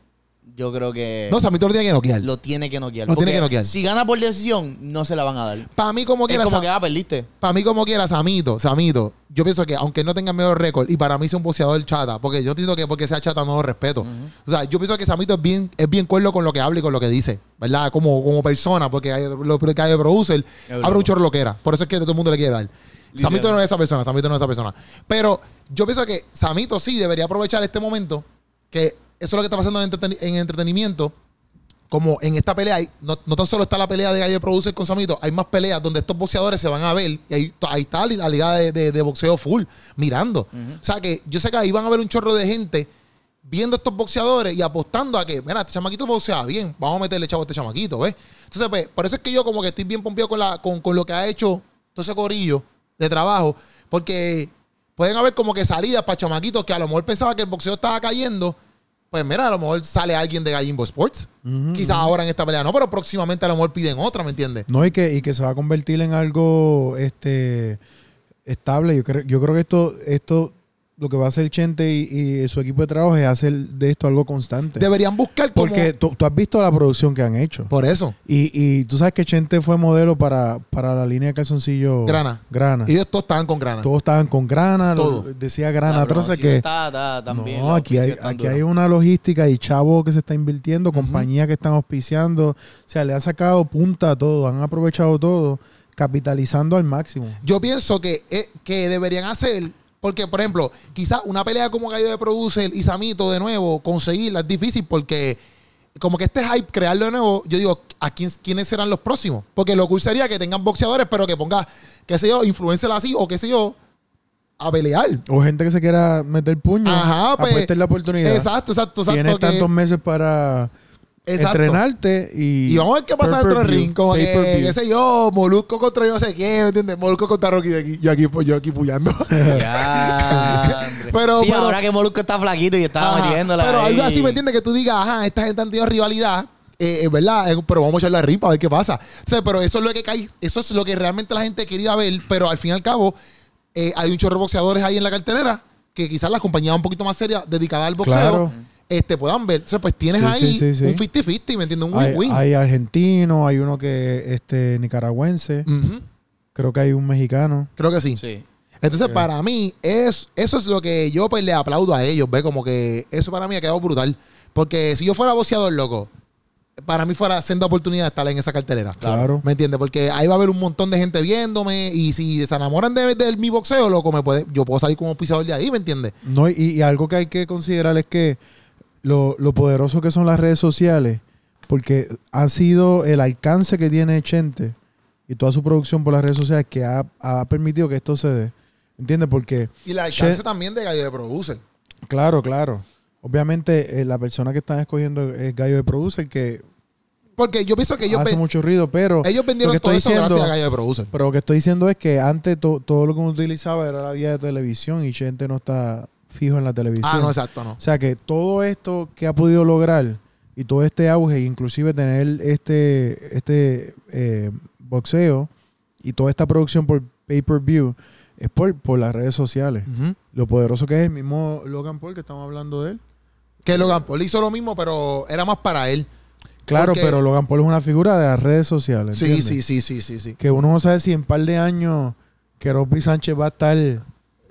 A: yo creo que
B: No, Samito lo tiene que noquear.
A: lo tiene que noquear.
B: Lo tiene
A: Porque
B: que noquear.
A: Si gana por decisión, no se la van a dar.
B: Para mí, como
A: Es
B: quiera,
A: como
B: Sam-
A: que, ah, perdiste.
B: Para mí, como quiera, Samito, Samito, yo pienso que aunque él no tenga el mejor récord, y para mí sea un boxeador chata, porque yo entiendo que porque sea chata no lo respeto. O sea, yo pienso que Samito es bien, es bien cuerdo con lo que habla y con lo que dice, ¿verdad? Como, como persona, porque hay- lo que hay de producer,
A: Es loco.
B: abre un chorro lo que era. Por eso es que todo el mundo le quiere dar. Samito no es esa persona, Samito no es esa persona. Pero yo pienso que Samito sí debería aprovechar este momento, que eso es lo que está pasando en, entreten- en entretenimiento. Como en esta pelea, hay- no, no tan solo está la pelea de Gallo Producer con Samito, hay más peleas donde estos boxeadores se van a ver. Y ahí, ahí está la liga de, de- de boxeo full, mirando. O sea que yo sé que ahí van a ver un chorro de gente viendo estos boxeadores y apostando a que, mira, este chamaquito boxea bien, vamos a meterle chavo a este chamaquito, ¿ves? Entonces, pues, por eso es que yo como que estoy bien pompeado con, la, con, con lo que ha hecho todo ese corillo de trabajo, porque pueden haber como que salidas para chamaquitos que a lo mejor pensaba que el boxeo estaba cayendo, pues mira, a lo mejor sale alguien de Gallimbo Sports, quizás ahora en esta pelea no, pero próximamente a lo mejor piden otra, ¿me entiendes?
C: No, y que, y que se va a convertir en algo este estable. Yo creo, yo creo que esto, esto, lo que va a hacer Chente y, y su equipo de trabajo es hacer de esto algo constante.
B: Deberían buscar como...
C: Porque tú, tú has visto la producción que han hecho.
B: Por eso.
C: Y, y tú sabes que Chente fue modelo para, para la línea de calzoncillo
B: Grana.
C: Grana.
B: Y ellos todos estaban con grana.
C: Todos estaban con grana, lo-
B: Ah. Todo.
C: decía
A: Ah,
C: grana. atrás que,
A: Está, está, también.
C: no,
A: los
C: aquí, hay,
A: oficios están
C: aquí
A: duros.
C: hay una logística y chavo que se está invirtiendo, compañías que están auspiciando. O sea, le han sacado punta a todo, han aprovechado todo, capitalizando al máximo.
B: Yo pienso que, eh, que deberían hacer, porque por ejemplo, quizás una pelea como Gallo de Producer y Samito de nuevo, conseguirla es difícil porque como que este hype, crearlo de nuevo, yo digo, ¿a quién, quiénes serán los próximos? Porque lo cool sería que tengan boxeadores, pero que ponga, qué sé yo, influencer así o qué sé yo, a pelear.
C: O gente que se quiera meter puño,
B: Ajá, pues,
C: apuesta en la oportunidad.
B: Exacto, exacto, exacto.
C: Tienes
B: que-
C: tantos meses para
B: exacto.
C: entrenarte y...
B: Y vamos a ver qué pasa dentro del
C: Pay-per-view,
B: ring. Como que,
C: pay-per-view.
B: qué sé yo, Molusco contra yo no sé quién, ¿me entiendes? Molusco contra Rocky de aquí. Yo aquí, yo aquí puyando.
A: Ya, hombre.
B: Pero-
A: sí,
B: pero-
A: ahora que Molusco está flaquito y estaba
B: Ajá,
A: metiéndola.
B: Pero algo
A: ahí.
B: así, ¿me entiendes? Que tú digas, ajá, esta gente han tenido rivalidad, eh, es verdad, eh, pero vamos a echarle a ripa a ver qué pasa. O sea, pero eso es lo que cae- eso es lo que realmente la gente quería ver, pero al fin y al cabo, eh, hay un chorro de boxeadores ahí en la cartelera que quizás las compañías un poquito más serias dedicadas al boxeo
C: Claro.
B: este, puedan ver. O sea, pues tienes
C: Sí,
B: ahí
C: sí, sí, sí.
B: un 50-50, ¿me entiendes? Un
C: Hay,
B: win-win.
C: hay argentino, hay uno que este nicaragüense,
B: Ujú,
C: creo que hay un mexicano.
B: Creo que sí.
A: Sí.
B: Entonces,
C: Ok.
B: para mí, es, eso es lo que yo pues, le aplaudo a ellos, ¿ves? Como que eso para mí ha quedado brutal. Porque si yo fuera boxeador, loco, para mí fuera senda oportunidad estar en esa cartelera.
C: Claro.
B: ¿Me entiendes? Porque ahí va a haber un montón de gente viéndome y si se enamoran de, de mi boxeo, loco, me puede, yo puedo salir como pisador de ahí, ¿me entiendes?
C: No, y, y algo que hay que considerar es que lo, lo poderoso que son las redes sociales, porque ha sido el alcance que tiene Chente y toda su producción por las redes sociales que ha, ha permitido que esto se dé. ¿Entiendes? Porque,
B: Y la
C: Che-
B: chance también de Gallo de Producer.
C: claro, claro. Obviamente, eh, la persona que están escogiendo es Gallo de Producer, que
B: Porque yo pienso que ellos,
C: Ah, hace
B: ven-
C: mucho ruido, pero
B: ellos vendieron
C: estoy
B: todo eso
C: diciendo-
B: gracias a Gallo de Producer. Ah,
C: pero lo que estoy diciendo es que antes to- todo lo que uno utilizaba era la vía de televisión y Chente no está fijo en la televisión.
B: Ah, no, exacto, no.
C: O sea que todo esto que ha podido lograr y todo este auge, inclusive tener este, este eh, boxeo y toda esta producción por pay-per-view, es por, por las redes sociales.
B: Ujú.
C: Lo poderoso que es el mismo Logan Paul que estamos hablando de él.
B: Que Logan Paul hizo lo mismo, pero era más para él.
C: Claro,
B: Porque-
C: pero Logan Paul es una figura de las redes sociales.
B: Sí,
C: ¿entiendes?
B: sí, sí, sí, sí, sí.
C: Que uno no sabe si en par de años que Robbie Sánchez va a estar...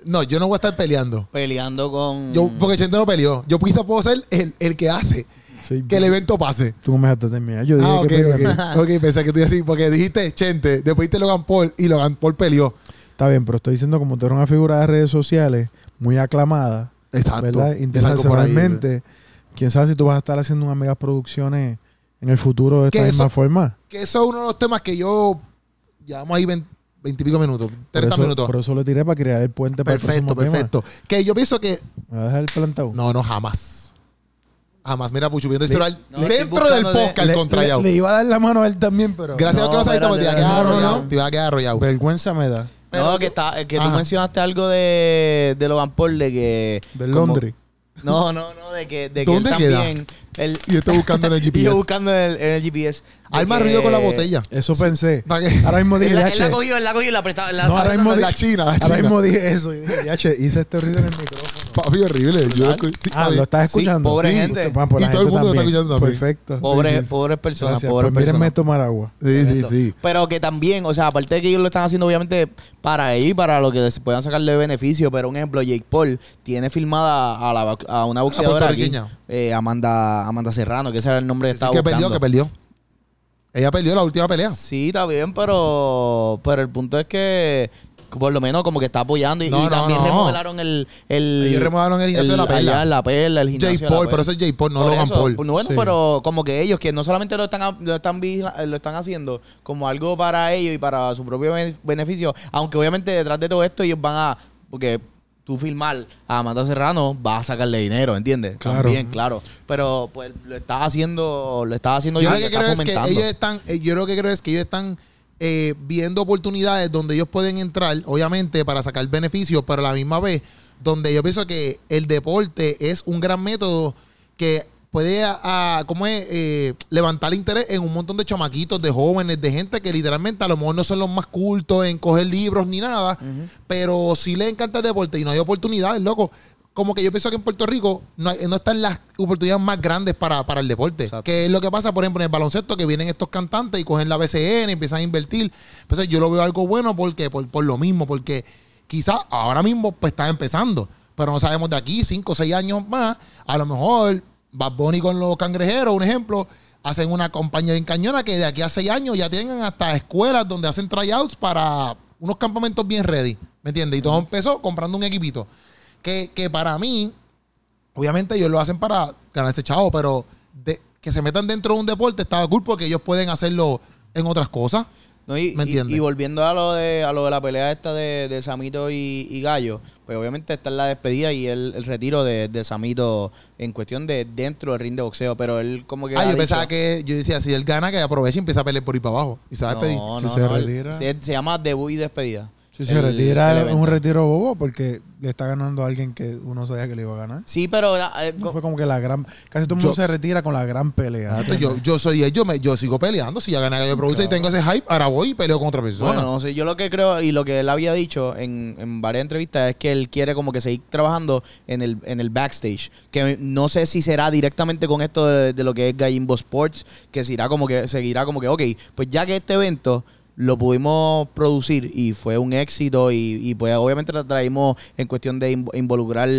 B: No, yo no voy a estar peleando.
A: Peleando con.
B: Yo,
C: Mm.
B: porque Chente no peleó. Yo quizás puedo ser el, el que hace
C: Sí,
B: que el evento pase.
C: Tú no me dejaste terminar. Mm. Yo dije
B: Ah, ok,
C: que primero.
B: ok. Ok, pensé que tú ibas a decir, porque dijiste Chente, después dijiste Logan Paul y Logan Paul peleó.
C: Está bien, pero estoy diciendo como tú eres una figura de redes sociales muy aclamada,
B: Exacto.
C: ¿verdad?
B: Es algo por ahí, ¿verdad?
C: Internacionalmente. Quién sabe si tú vas a estar haciendo unas megas producciones en el futuro de esta
B: Que eso-
C: misma forma.
B: Que eso es uno de los temas que yo llevamos ahí vein- veintipico minutos,
C: Por
B: 30
C: eso,
B: minutos.
C: por eso lo tiré para crear el puente para
B: Perfecto,
C: el próximo
B: perfecto. Que yo pienso que.
C: tema. ¿Me vas a dejar el plantado?
B: No, no, jamás. Jamás. Mira, Puchu, viendo el
C: Le-
B: celular
A: no, estoy
B: dentro del
A: buscando de-
B: podcast
C: Le,
B: contra
C: le-
B: Yao.
C: le iba a dar la mano a él también, pero
B: Gracias a
A: No,
B: Dios que no saliste, porque te iba a
A: espérate,
B: quedar
C: no, no,
B: arrollado.
C: no.
B: Te iba a quedar arrollado.
C: vergüenza me da.
A: No, que, está, que tú
B: Ajá.
A: mencionaste algo de, de Logan Paul, de que.
C: De
A: como-
C: Londres.
A: No, no, no, de que, de que
B: ¿Dónde
A: él
B: queda?
A: también. él-
B: Y yo estoy buscando en el
A: y yo
B: GPS.
A: buscando en el, en el GPS. de
B: Hay más
A: que-
B: ruido con la botella.
C: Eso pensé.
B: ¿Para qué?
C: Ahora mismo dije,
A: Él, la- él
C: "Yache".
A: la cogió, él la cogió y la prestaba. la-
C: No, ahora
A: la-
C: mismo
B: La
C: dije-
B: China, la
C: ahora
B: China.
C: mismo dije eso. Y dije, "Yache, hice este ruido en el micrófono.
B: Papi, horrible. Yo escu- sí,
C: Ah,
B: está
C: lo
B: bien.
C: estás
A: Sí,
C: escuchando.
A: pobre gente.
C: usted- bueno, pues
B: Y
C: la
B: todo el
C: gente
B: mundo lo está escuchando también.
C: Perfecto.
A: Pobres,
C: Sí, sí, sí.
A: pobres personas,
C: Gracias.
A: pobres
C: Pues mírenme
A: personas.
C: tomar agua.
B: Sí, sí, sí.
A: Pero que también, o sea, aparte de que ellos lo están haciendo obviamente para ahí, para lo que se puedan sacarle beneficio, pero un ejemplo, Jake Paul tiene filmada a, la, box- a una boxeadora aquí,
B: Ah, puertorriqueña.
A: eh, Amanda, Amanda Serrano, que ese era el nombre que
B: Sí,
A: estaba
B: que
A: buscando.
B: perdió, que perdió. Ella perdió la última pelea.
A: Sí, está bien, pero, pero el punto es que por lo menos como que está apoyando y,
B: No,
A: y
B: no,
A: también
B: no.
A: remodelaron el, el
B: Ellos remodelaron el gimnasio de la Perla.
A: allá en la perla el
B: Jay
A: gimnasio de la
B: Paul,
A: Perla.
B: pero ese es Jay Paul, no
A: Por
B: Logan
A: eso,
B: Paul.
A: Bueno,
C: Sí.
A: pero como que ellos, que no solamente lo están, lo están, vigila- lo están haciendo como algo para ellos y para su propio ben- beneficio, aunque obviamente detrás de todo esto ellos van a, porque tú filmar a Amanda Serrano vas a sacarle dinero, ¿entiendes?
C: Claro.
A: También, claro. Pero pues lo estás haciendo, lo estás haciendo
B: yo
A: bien,
B: lo que
A: estás
B: creo es que
A: fomentando.
B: ellos están, eh, yo lo que creo es que ellos están eh, viendo oportunidades donde ellos pueden entrar, obviamente, para sacar beneficios, pero a la misma vez, donde yo pienso que el deporte es un gran método que puede a- a- ¿cómo es? Eh, levantar interés en un montón de chamaquitos, de jóvenes, de gente que literalmente a lo mejor no son los más cultos en coger libros ni nada, pero sí les encanta el deporte y no hay oportunidades, loco. Como que yo pienso que en Puerto Rico no, hay- no están las oportunidades más grandes para, para el deporte.
A: Exacto.
B: Que es lo que pasa, por ejemplo, en el baloncesto, que vienen estos cantantes y cogen la BCN, empiezan a invertir. Entonces yo lo veo algo bueno porque por, por lo mismo, porque quizás ahora mismo pues está empezando, pero no sabemos de aquí, cinco o seis años más, a lo mejor Bad Bunny con los cangrejeros, un ejemplo, hacen una compañía en cañona que de aquí a seis años ya tengan hasta escuelas donde hacen tryouts para unos campamentos bien ready, ¿me entiendes? Y todo empezó comprando un equipito. Que, que para mí, obviamente ellos lo hacen para ganarse chavo, pero de- que se metan dentro de un deporte estaba cool porque ellos pueden hacerlo en otras cosas.
A: No, y,
B: ¿Me
A: y-
B: entiendes?
A: y volviendo a lo de a lo de la pelea esta de, de Samito y, y Gallo, pues obviamente está en la despedida y el, el retiro de, de Samito en cuestión de dentro del ring de boxeo, pero él como que
B: Ah,
A: ha
B: yo
A: dicho-
B: pensaba que yo decía, si él gana, que aproveche y empieza a pelear por ahí para abajo. Y pues, se va a
A: No,
B: despedir.
A: no,
C: Si
A: no,
C: se
A: él-
C: retira.
A: Se, se llama debut y despedida.
C: Si se
A: El- el
C: retira es
A: evento.
C: un retiro bobo porque le está ganando a alguien que uno sabía que le iba a ganar.
A: Sí, pero eh,
C: No fue como que la gran... Casi todo el mundo
B: Yo-
C: se retira con la gran pelea.
B: Exacto, yo, yo soy él, yo, me, yo sigo peleando. Si ya gana Gallo Produce y tengo ese hype, ahora voy y peleo con otra persona.
A: Bueno, no sé, yo lo que creo y lo que él había dicho en, en varias entrevistas es que él quiere como que seguir trabajando en el, en el backstage. Que no sé si será directamente con esto de, de lo que es Gallimbo Sports, que será como que seguirá como que, ok, pues ya que este evento lo pudimos producir y fue un éxito y, y pues obviamente lo traímos en cuestión de inv- involucrar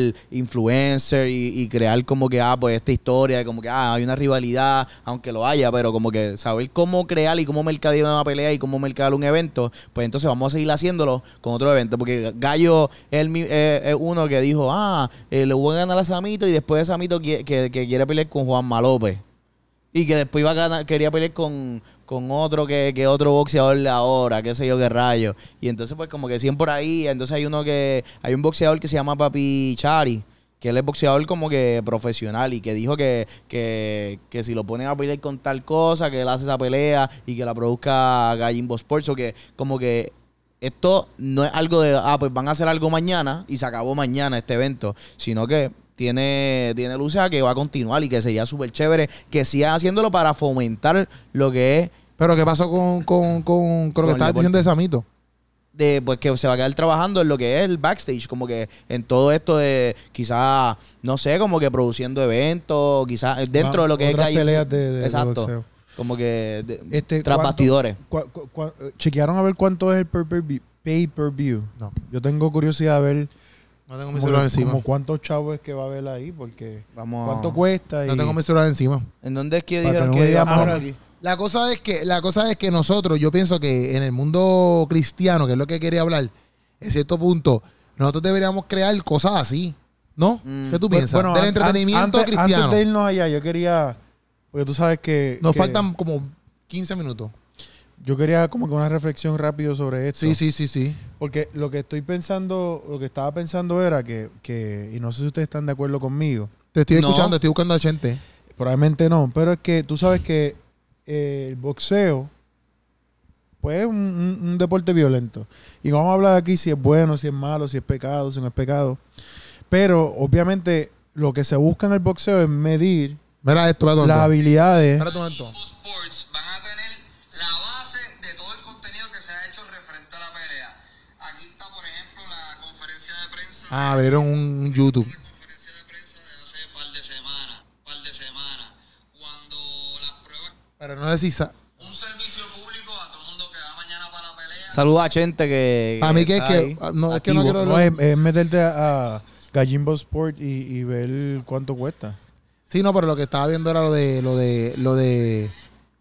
A: influencer y, y crear como que, ah, pues esta historia, como que, ah, hay una rivalidad, aunque lo haya, pero como que saber cómo crear y cómo mercadear una pelea y cómo mercadear un evento, pues entonces vamos a seguir haciéndolo con otro evento, porque Gallo es, el mi- eh, es uno que dijo, ah, eh, le voy a ganar a Samito y después de Samito que, que- que quiere pelear con Juan López. Y que después iba a ganar, quería pelear con, con otro que, que otro boxeador de ahora, qué sé yo, qué rayo. Y entonces, pues, como que siguen por ahí. Entonces hay uno que, hay un boxeador que se llama Papi Chari, que él es boxeador como que profesional y que dijo que, que, que si lo ponen a pelear con tal cosa, que él hace esa pelea y que la produzca Gallimbo Sports, o que como que esto no es algo de, ah, pues van a hacer algo mañana y se acabó mañana este evento, sino que tiene, tiene luces a que va a continuar y que sería súper chévere que siga haciéndolo para fomentar lo que es
B: Pero ¿qué pasó con, con, con, con lo
A: Con
B: que
A: el
B: estabas
A: deporte.
B: diciendo de Samito?
A: de pues que se va a quedar trabajando en lo que es el backstage, como que en todo esto de quizás, no sé, como que produciendo eventos, quizás dentro de lo que es
C: Otras
A: calle-
C: peleas de, de- de
A: Exacto.
C: boxeo.
A: Como que de-
C: Este,
A: tras
C: ¿cuánto-
A: bastidores.
C: cua- cua- cua- eh, chequearon a ver cuánto es el per- per- vi- pay-per-view.
B: No.
C: Yo tengo curiosidad de ver
B: No tengo mi
C: como,
B: celular encima.
C: como cuántos chavos es que va a haber ahí, porque
A: Vamos a-
C: cuánto cuesta y
B: No tengo mi celular encima.
A: ¿En dónde es que
C: Para tener
A: dijeron
C: una
A: que
C: idea
A: iba a
C: más o
A: parar
C: menos.
A: aquí?
B: La cosa es que, la cosa es que nosotros, yo pienso que en el mundo cristiano, que es lo que quería hablar, en cierto punto, nosotros deberíamos crear cosas así, ¿no?
A: Mm.
B: ¿Qué tú
C: Bu-
B: piensas?
C: bueno,
B: Del
C: an-
B: entretenimiento
C: antes,
B: cristiano.
C: Antes de irnos allá, yo quería. Porque tú sabes que.
B: Nos
C: que
B: faltan como 15 minutos.
C: Yo quería como que una reflexión rápido sobre esto.
B: Sí, sí, sí, sí.
C: Porque lo que estoy pensando, lo que estaba pensando era que, que- y no sé si ustedes están de acuerdo conmigo,
B: Te estoy
A: No.
B: escuchando, estoy buscando a gente.
C: probablemente no, pero es que tú sabes que eh, el boxeo, pues es un, un- un deporte violento. Y vamos a hablar aquí si es bueno, si es malo, si es pecado, si no es pecado. Pero obviamente lo que se busca en el boxeo es medir
B: Mira esto, espérate un
C: las
B: momento.
C: habilidades.
B: Espérate un momento.
D: Sports van a tener la base de todo el contenido que se ha hecho referente a la pelea. Aquí está, por ejemplo, la conferencia de prensa.
B: Ah, abrieron un YouTube.
D: Una conferencia de prensa de hace par de semanas, par de semanas, cuando las pruebas...
B: Pero no sé si... sa-
D: Un servicio público a todo el mundo que va mañana para la pelea.
A: Saluda a gente que.
B: A mí que es
A: está
B: que...
A: ahí,
B: ah, No, es que no quiero...
A: activo.
C: No, es, es meterte a, a Gallimbo Sport y, y ver cuánto cuesta.
B: Sí, no, pero lo que estaba viendo era lo de, lo de, lo de,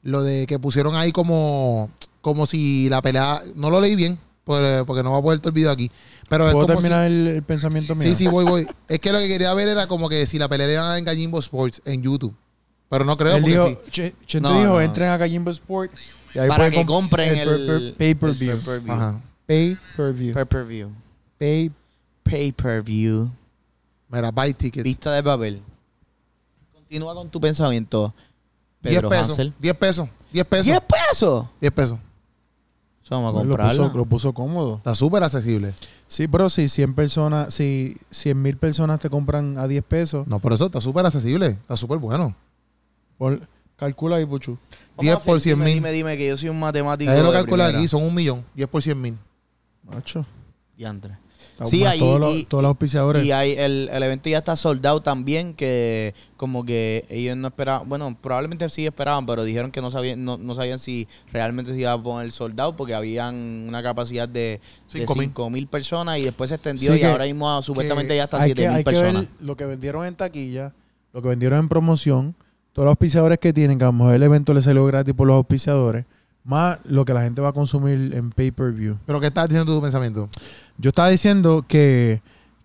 B: lo de que pusieron ahí como, como si la pelea, no lo leí bien, por- porque no va a poder todo el video aquí. Pero es
C: ¿Puedo
B: como si-
C: terminar el, el pensamiento mío?
B: Sí, sí, voy, voy. Es que lo que quería ver era como que si la pelea le iban a dar en Gallimbo Sports en YouTube. Pero no creo
C: Él
B: porque
C: dijo,
B: sí.
C: Che- Chente
A: No,
C: dijo,
A: no.
C: entren a Gallimbo Sport. y ahí
A: Para
C: pueden
A: que
C: comp-
A: compren el,
C: pay-per- pay-per-view.
A: el pay-per-view.
B: Ajá.
C: Pay-per-view.
A: Pay-per-view.
C: Pay-
A: Pay-per-view.
B: Mira, buy tickets.
A: Vista de papel. Continúa con tu pensamiento,
B: 10
A: Pedro
B: pesos,
A: Hansel.
B: 10 pesos. 10 pesos.
A: ¿10 pesos?
B: 10 pesos.
A: Eso vamos a
C: Lo puso,
A: comprarlo.
C: lo puso cómodo.
B: Está súper accesible.
C: Sí, pero si 100 personas, si 100 mil personas te compran a 10 pesos,
B: No, por eso está súper accesible. Está súper bueno.
C: por- calcula ahí, Puchu.
B: 10 por
A: cien
B: 100.000.
A: Dime, dime, que yo soy un matemático.
B: Ahí lo
A: de
B: calcula
A: primera.
B: aquí, son un millón. 10 por 100 mil.
C: Macho.
A: Diantre.
C: Estamos
A: Sí,
C: más
A: ahí-
C: todos, los,
A: y-
C: todos los auspiciadores.
A: Y hay, el, el evento ya está soldado también, que como que ellos no esperaban, bueno, probablemente sí esperaban, pero dijeron que no sabían, no, no sabían si realmente se iba a poner soldado, porque habían una capacidad de
B: Cinco mil.
A: 5 mil personas y después se extendió
C: Sí,
A: y
C: que-
A: ahora mismo ah, supuestamente
C: que
A: ya está
C: hay que-
A: 7 mil
C: hay que ver
A: personas.
C: lo que vendieron en taquilla, lo que vendieron en promoción, todos los auspiciadores que tienen, que a lo mejor el evento le salió gratis por los auspiciadores, más lo que la gente va a consumir en pay-per-view.
B: Pero ¿qué estás diciendo tu pensamiento?
C: Yo estaba diciendo que,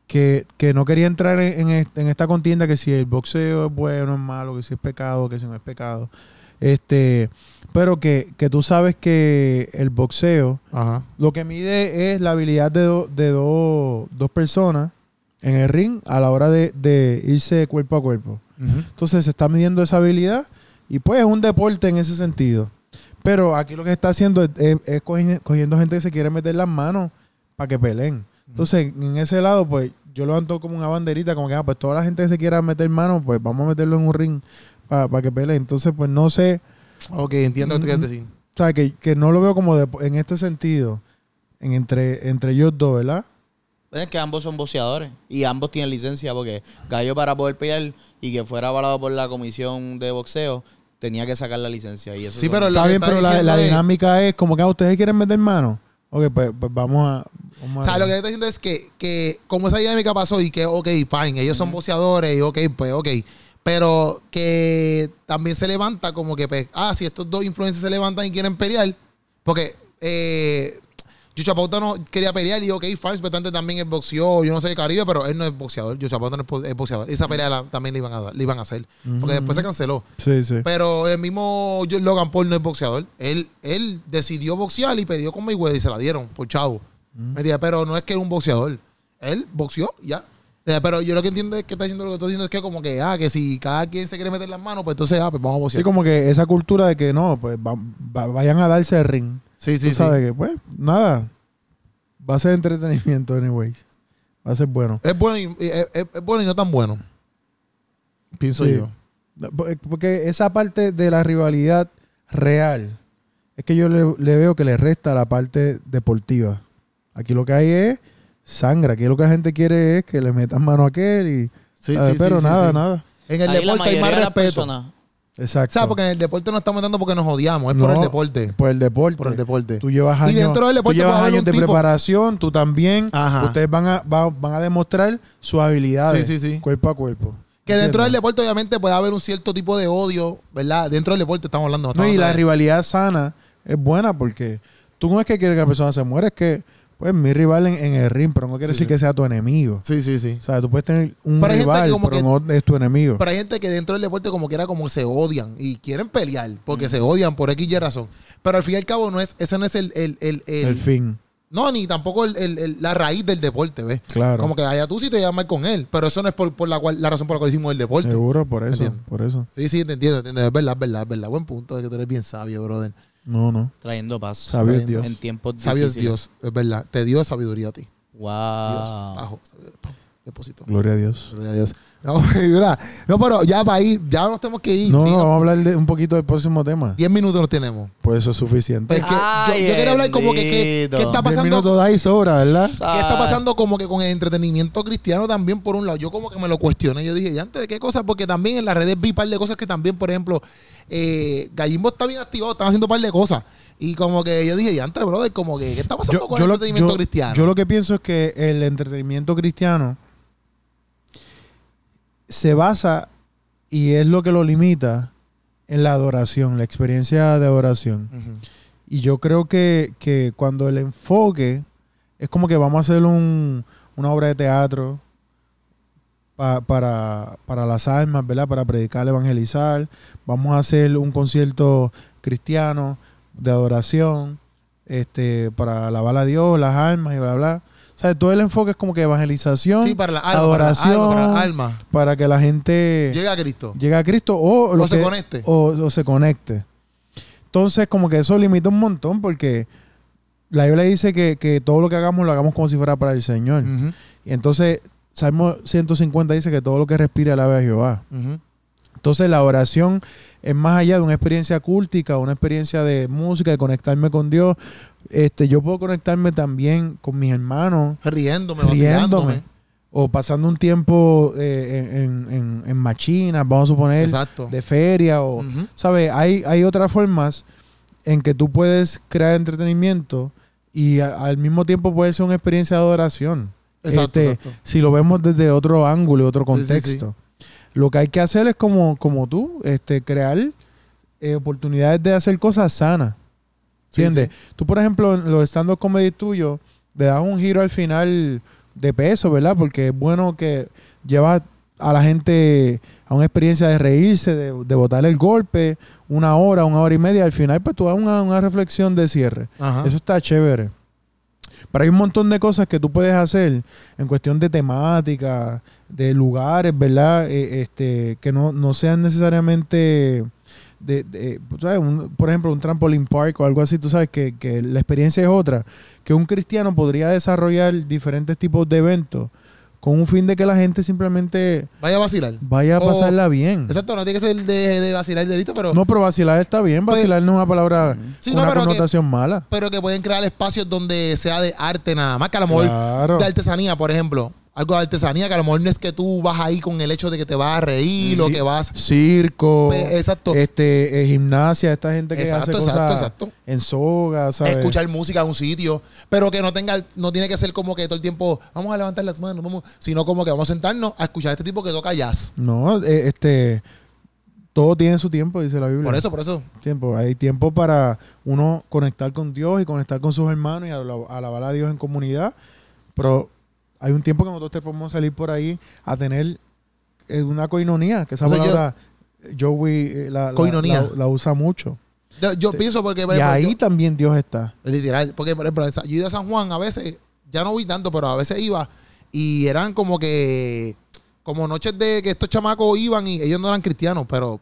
C: que, que no quería entrar en, en est- en esta contienda que si el boxeo es bueno, es malo, que si es pecado, que si no es pecado. Este, pero que, que tú sabes que el boxeo
B: Ajá.
C: lo que mide es la habilidad de, do- de do- dos personas en el ring a la hora de, de irse cuerpo a cuerpo. Entonces se está midiendo esa habilidad y pues es un deporte en ese sentido. Pero aquí lo que se está haciendo es, es- es cogi- cogiendo gente que se quiere meter las manos para que peleen. Entonces en ese lado pues yo levanto como una banderita, como que ah, pues toda la gente que se quiera meter manos pues vamos a meterlo en un ring para que peleen. Entonces pues no sé.
B: Ok, entiendo lo que tú quieres decir.
C: O sea, que, que no lo veo como de- en este sentido, en entre, entre ellos dos, ¿verdad?
A: Es que ambos son boxeadores y ambos tienen licencia porque Gallo para poder pelear y que fuera avalado por la comisión de boxeo tenía que sacar la licencia y eso
B: Sí,
A: son-
B: pero lo
C: Está
B: que
C: bien,
B: está
C: pero la,
B: diciendo
C: la
B: es-
C: dinámica es como que ah, ustedes quieren meter mano. Ok, pues, pues vamos a... Vamos
B: O
C: a-
B: sea, lo que está diciendo es que, que como esa dinámica pasó y que, ok, fine, ellos son boxeadores y ok, pues ok. Pero que también se levanta como que, pues, ah, si estos dos influencers se levantan y quieren pelear, porque eh, Yucha Pauta no quería pelear y ok, fine, pero antes también el boxeo, yo no sé de Caribe, pero él no es boxeador, Yucha Pauta no es bo- es boxeador. Esa pelea la- también le iban a dar, le iban a hacer, porque después se canceló.
C: Sí, sí.
B: Pero el mismo yo- Logan Paul no es boxeador. Él, él decidió boxear y peleó con Mayweather y se la dieron por chavo.
C: Mm.
B: Me dice, pero no es que era un boxeador. Él boxeó, ya. Eh, Pero yo lo que entiendo es que está diciendo lo que está diciendo es que como que, ah, que si cada quien se quiere meter las manos, pues entonces, ah, pues vamos a
C: Sí,
B: boxear.
C: como que esa cultura de que no, pues va- va- vayan a darse el ring.
B: sí, sí,
C: Tú sabes que, pues, nada. Va a ser entretenimiento, anyways. Va a ser bueno.
B: Es bueno, y, y- es, es- es bueno y no tan bueno. Pienso
C: Sí.
B: yo.
C: Por- eh, Porque esa parte de la rivalidad real es que yo le, le veo que le resta la parte deportiva. Aquí lo que hay es sangre. Aquí lo que la gente quiere es que le metan mano a aquel. Y,
B: Sí,
C: a
B: sí,
C: ver,
B: sí,
C: pero
B: sí,
C: nada,
B: sí.
C: nada.
B: En el
A: Ahí la
B: deporte hay
A: mayoría
B: más
A: de las
B: respeto. O
A: personas-
C: Exacto.
B: sea, porque en el deporte no estamos dando porque nos odiamos, es
C: No,
B: por el deporte.
C: Por el deporte.
B: Por el deporte.
C: Tú llevas
B: Y
C: años,
B: dentro del
C: tú
B: deporte
C: llevas
B: puede haber
C: años
B: un
C: de
B: tipo-
C: preparación, tú también.
B: Ajá.
C: Ustedes van a, va- van a demostrar sus habilidades
B: Sí, sí, sí.
C: cuerpo a cuerpo.
B: Que dentro del
C: ¿Entiendes?
B: deporte, obviamente, puede haber un cierto tipo de odio, ¿verdad? Dentro del deporte estamos hablando.
C: No,
B: estamos
C: y la
B: hablando de-
C: rivalidad sana es buena porque tú no es que quieres que la persona se muera, es que pues mi rival en, en el ring, pero no quiere
B: Sí,
C: decir
B: sí.
C: que sea tu enemigo.
B: Sí, sí, sí.
C: O sea, tú puedes tener un
B: Pero hay gente que
C: rival,
B: como
C: pero
B: que-
C: no es tu enemigo.
B: Pero hay gente que dentro del deporte, como quiera, como se odian y quieren pelear porque se odian por X y razón. Pero al fin y al cabo, no es, ese no es el. el, el, el-
C: el fin,
B: No, ni tampoco el- el- el- la raíz del deporte, ¿ves?
C: claro.
B: Como que allá tú sí te llamas con él, pero eso no es por, por la, cual, la razón por la cual hicimos el deporte.
C: Seguro, por eso,
B: ¿Entiendes?
C: por eso.
B: Sí, sí, te entiendo, te entiendo. Es verdad, es verdad, es verdad. Buen punto, es que tú eres bien sabio, brother.
C: No, no.
A: Trayendo paz.
C: Sabio es
B: Trayendo-
C: Dios.
A: En tiempos
B: Sabio es
A: difíciles.
B: Dios, es verdad. Te dio sabiduría a ti. Dios.
A: Wow.
B: Abajo, sabiduría. Pum, Deposito.
C: Gloria a Dios.
B: Gloria a Dios. No, mira, no, pero ya va a ir, ya nos tenemos que ir.
C: No,
B: Sí,
C: no, vamos a hablar de un poquito del próximo tema.
B: Diez minutos nos tenemos.
C: Por eso
B: Pues
C: es suficiente.
B: que yo- yo,
A: Ay,
B: quiero hablar como que qué,
A: bendito. Ah.
B: qué está
C: Diez
B: pasando.
C: minutos da y sobra, ¿verdad?
B: ¿Qué está pasando como que con el entretenimiento cristiano también por un lado? Yo como que me lo cuestioné, yo dije, ¿y antes de qué cosas? Porque también en las redes vi un par de cosas que también, por ejemplo, eh, Gallimbo está bien activado, están haciendo un par de cosas. Y como que yo dije, ¿y antes, brother? Como que, ¿qué está pasando con el entretenimiento
C: yo-
B: cristiano?
C: yo lo que pienso es que el entretenimiento cristiano se basa y es lo que lo limita en la adoración, la experiencia de adoración.
B: Ujú.
C: Y yo creo que, que cuando el enfoque es como que vamos a hacer un, una obra de teatro pa- para, para las almas, ¿verdad? Para predicar, evangelizar. Vamos a hacer un concierto cristiano de adoración este para alabar a Dios, las almas y bla, bla. O sea, todo el enfoque es como que evangelización,
B: Sí, para la alma.
C: adoración,
B: Para la alma. para la alma.
C: para que la gente
B: Llega a Cristo.
C: llegue a Cristo o, lo
B: O se
C: que-
B: conecte.
C: O, o se conecte. Entonces, como que eso limita un montón porque la Biblia dice que, que todo lo que hagamos lo hagamos como si fuera para el Señor.
B: Ujú,
C: Y entonces, Salmo 150 dice que todo lo que respira alabe a Jehová.
B: ujú.
C: Entonces la oración es más allá de una experiencia cúltica, una experiencia de música, de conectarme con Dios. Este, yo puedo conectarme también con mis hermanos,
B: Riéndome,
C: riéndome.
B: vacilándome.
C: O pasando un tiempo eh, en, en- en- en machinas, vamos a suponer,
B: Exacto. Mm.
C: de feria. O,
B: Ujú.
C: ¿Sabes? Hay, hay otras formas en que tú puedes crear entretenimiento y a- al mismo tiempo puede ser una experiencia de adoración.
B: Exacto,
C: Este,
B: exacto.
C: Si lo vemos desde otro ángulo y otro
B: Sí, sí, sí.
C: contexto. Lo que hay que hacer es como, como tú, este, crear eh, oportunidades de hacer cosas sanas.
B: Sí,
C: ¿Entiendes? Tú, por ejemplo, en los stand-up comedy tuyos, le das un giro al final de peso, ¿verdad? Porque es bueno que llevas a la gente a una experiencia de reírse, de, de botar el golpe, una hora, una hora y media. Al final, pues tú das una, una reflexión de cierre.
B: Ajá.
C: Eso está chévere. Pero hay un montón de cosas que tú puedes hacer en cuestión de temática, de lugares, ¿verdad? Eh, este, que no, no sean necesariamente de, de- tú sabes, un- por ejemplo, un trampolín park o algo así, tú sabes que, que la experiencia es otra. Que un cristiano podría desarrollar diferentes tipos de eventos con un fin de que la gente simplemente
B: Vaya a vacilar.
C: vaya a
B: O-
C: pasarla bien.
B: Oh. Exacto, no tiene que ser de, de vacilar de ahorita, pero,
C: No, pero vacilar está bien,
B: Pues-
C: vacilar no es una palabra,
B: Sí, no,
C: una
B: pero que-
C: connotación mala.
B: pero que pueden crear espacios donde sea de arte nada más, que a lo mejor
C: Claro.
B: de artesanía, por ejemplo. Algo de artesanía, que a lo mejor no es que tú vas ahí con el hecho de que te vas a reír o
C: Sí.
B: que vas.
C: circo,
B: Pe- exacto.
C: este eh, gimnasia, esta gente que hace
B: Exacto,
C: cosas
B: exacto, exacto.
C: en soga, ¿sabes?
B: Escuchar música en un sitio, pero que no tenga, no tiene que ser como que todo el tiempo, vamos a levantar las manos, vamos, sino como que vamos a sentarnos a escuchar a este tipo que toca jazz.
C: No, eh, este todo tiene su tiempo, dice la Biblia.
B: Por eso, por eso.
C: Tiempo. Hay tiempo para uno conectar con Dios y conectar con sus hermanos y ala- alabar a Dios en comunidad. Pero hay un tiempo que nosotros te podemos salir por ahí a tener eh, una coinonía, que esa
B: O sea, yo-
C: palabra eh, Joey eh, la, la-
B: Coinonía.
C: la- la usa mucho.
B: Yo, yo
C: Sí.
B: pienso porque, por
C: y
B: ejemplo,
C: ahí también Dios está.
B: yo- literal, porque por ejemplo, esa- yo he ido a San Juan a veces, ya no voy tanto, pero a veces iba y eran como que, como noches de que estos chamacos iban y ellos no eran cristianos, pero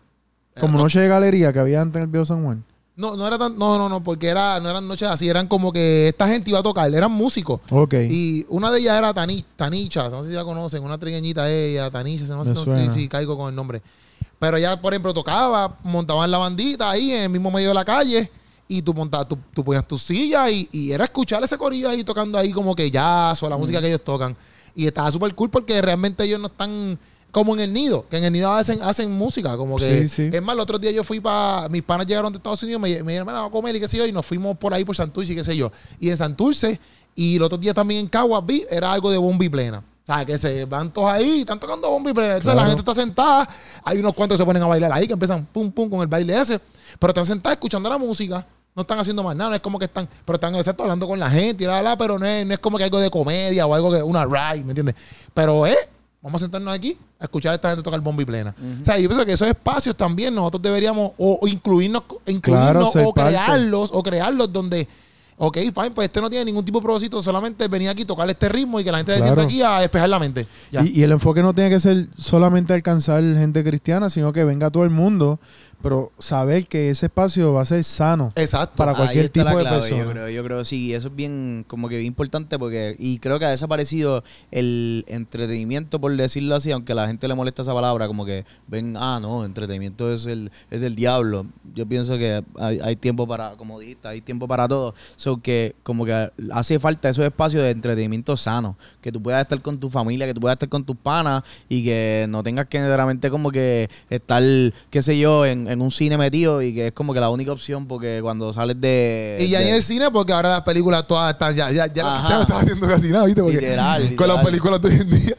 C: Como
B: Ah,
C: noche de galería que había antes en el Viejo San Juan.
B: no, no era tan, no, no, no, porque era, no eran noches así, eran como que esta gente iba a tocar, eran músicos.
C: Ok.
B: Y una de ellas era Tani- Tanicha, no sé si la conocen, una trigueñita ella, Tanicha, no sé
C: Me
B: no sé
C: suena.
B: si caigo con el nombre. Pero ella, por ejemplo, tocaba, montaban la bandita ahí en el mismo medio de la calle y tú montabas, tú, tú ponías tu silla y, y era escuchar ese corillo ahí tocando ahí como que jazz o
C: Mm.
B: la música que ellos tocan. Y estaba súper cool porque realmente ellos no están como en el nido, que en el nido hacen, hacen música, como que...
C: Sí, sí.
B: Es más, el otro día yo fui para... Mis panas llegaron de Estados Unidos, me, me dijeron, "Mira, vamos a comer y qué sé yo, y nos fuimos por ahí por Santurce y qué sé yo. Y en Santurce, y el otro día también en Caguas vi, era algo de bomba y plena. O sea, que se van todos ahí, están tocando bomba y plena. Entonces
C: Claro.
B: la gente está sentada, hay unos cuantos que se ponen a bailar ahí, que empiezan pum, pum con el baile ese, pero están sentados escuchando la música. No están haciendo más nada, no es como que están, pero están exacto hablando con la gente y la, la, la, pero no es, no es como que algo de comedia o algo que una ride, ¿me entiendes? Pero es, vamos a sentarnos aquí a escuchar a esta gente tocar bomba y plena. O sea, yo pienso que esos espacios también nosotros deberíamos o, o incluirnos,
C: Claro,
B: incluirnos
C: ser
B: o
C: parte.
B: crearlos o crearlos donde, ok, fine, pues este no tiene ningún tipo de propósito, solamente venir aquí, tocar este ritmo y que la gente se
C: Claro.
B: sienta aquí a despejar la mente. Ya.
C: Y, y el enfoque no tiene que ser solamente alcanzar gente cristiana, sino que venga todo el mundo, pero saber que ese espacio va a ser sano.
B: Exacto.
C: para cualquier
A: Ahí está
C: tipo
A: la
C: de
A: clave,
C: persona.
A: Yo creo, yo creo, sí, eso es bien, como que bien importante porque, y creo que ha desaparecido el entretenimiento, por decirlo así, aunque a la gente le molesta esa palabra, como que ven, ah, no, entretenimiento es el, es el diablo. Yo pienso que hay, hay tiempo para, como dijiste, hay tiempo para todo. So que como que hace falta esos espacios de entretenimiento sano, que tú puedas estar con tu familia, que tú puedas estar con tus panas y que no tengas que necesariamente como que estar, qué sé yo, en, en en un cine metido y que es como que la única opción porque cuando sales de...
B: Y ya
A: de-
B: en el cine, porque ahora las películas todas están ya, ya, ya,
A: Este. Ajá.
B: ya lo están haciendo casi nada, ¿viste? Porque
A: Literal,
B: con las
A: literal.
B: películas de hoy en día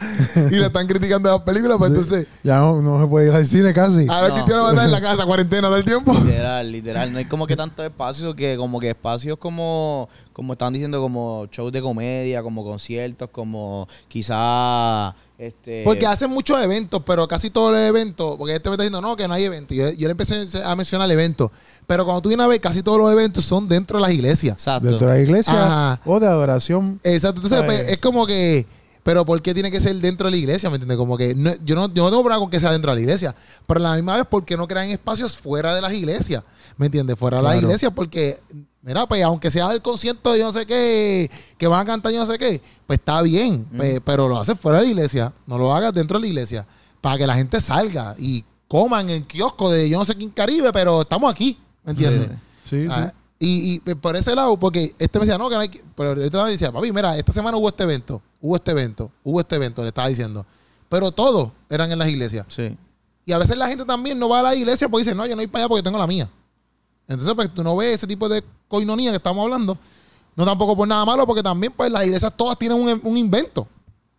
B: y le están criticando las películas, pues entonces, Ah,
C: Ya no, no se puede ir al cine casi.
B: a ver,
A: No.
B: Cristiano va a estar en la casa cuarentena todo el tiempo.
A: Literal, literal. No hay como que tantos espacios que como que espacios como, como están diciendo, como shows de comedia, como conciertos, como quizá este
B: Porque hacen muchos eventos, pero casi todos los eventos, porque este me está diciendo, no, que no hay eventos. Yo, yo le empecé a mencionar eventos, pero cuando tú vienes a ver, casi todos los eventos son dentro de las iglesias.
A: exacto.
C: Dentro de la iglesia
B: Ajá.
C: o de adoración.
B: Exacto, entonces
C: Ay.
B: pues, es como que, pero ¿por qué tiene que ser dentro de la iglesia? ¿Me entiendes? Como que no- yo, no, yo no tengo problema con que sea dentro de la iglesia, pero a la misma vez, ¿por qué no crean espacios fuera de las iglesias? ¿Me entiendes? Fuera de las
C: Claro.
B: iglesias, porque, mira, pues aunque sea el concierto de yo no sé qué, que van a cantar yo no sé qué, pues está bien, pe- pero lo haces fuera de la iglesia, no lo hagas dentro de la iglesia, para que la gente salga y coman en kiosco de yo no sé quién Caribe, pero estamos aquí, ¿me entiendes?
A: Sí.
C: Sí,
B: Ah, Y, y por ese lado, porque este me decía, no, que no hay que- Pero este me decía, papi, mira, esta semana hubo este evento, hubo este evento, hubo este evento, le estaba diciendo. Pero todos eran en las iglesias.
A: Sí.
B: Y a veces la gente también no va a la iglesia porque dice, no, yo no voy para allá porque tengo la mía. Entonces, pues tú no ves ese tipo de coinonía que estamos hablando. No tampoco por nada malo, porque también, pues las iglesias todas tienen un, un invento.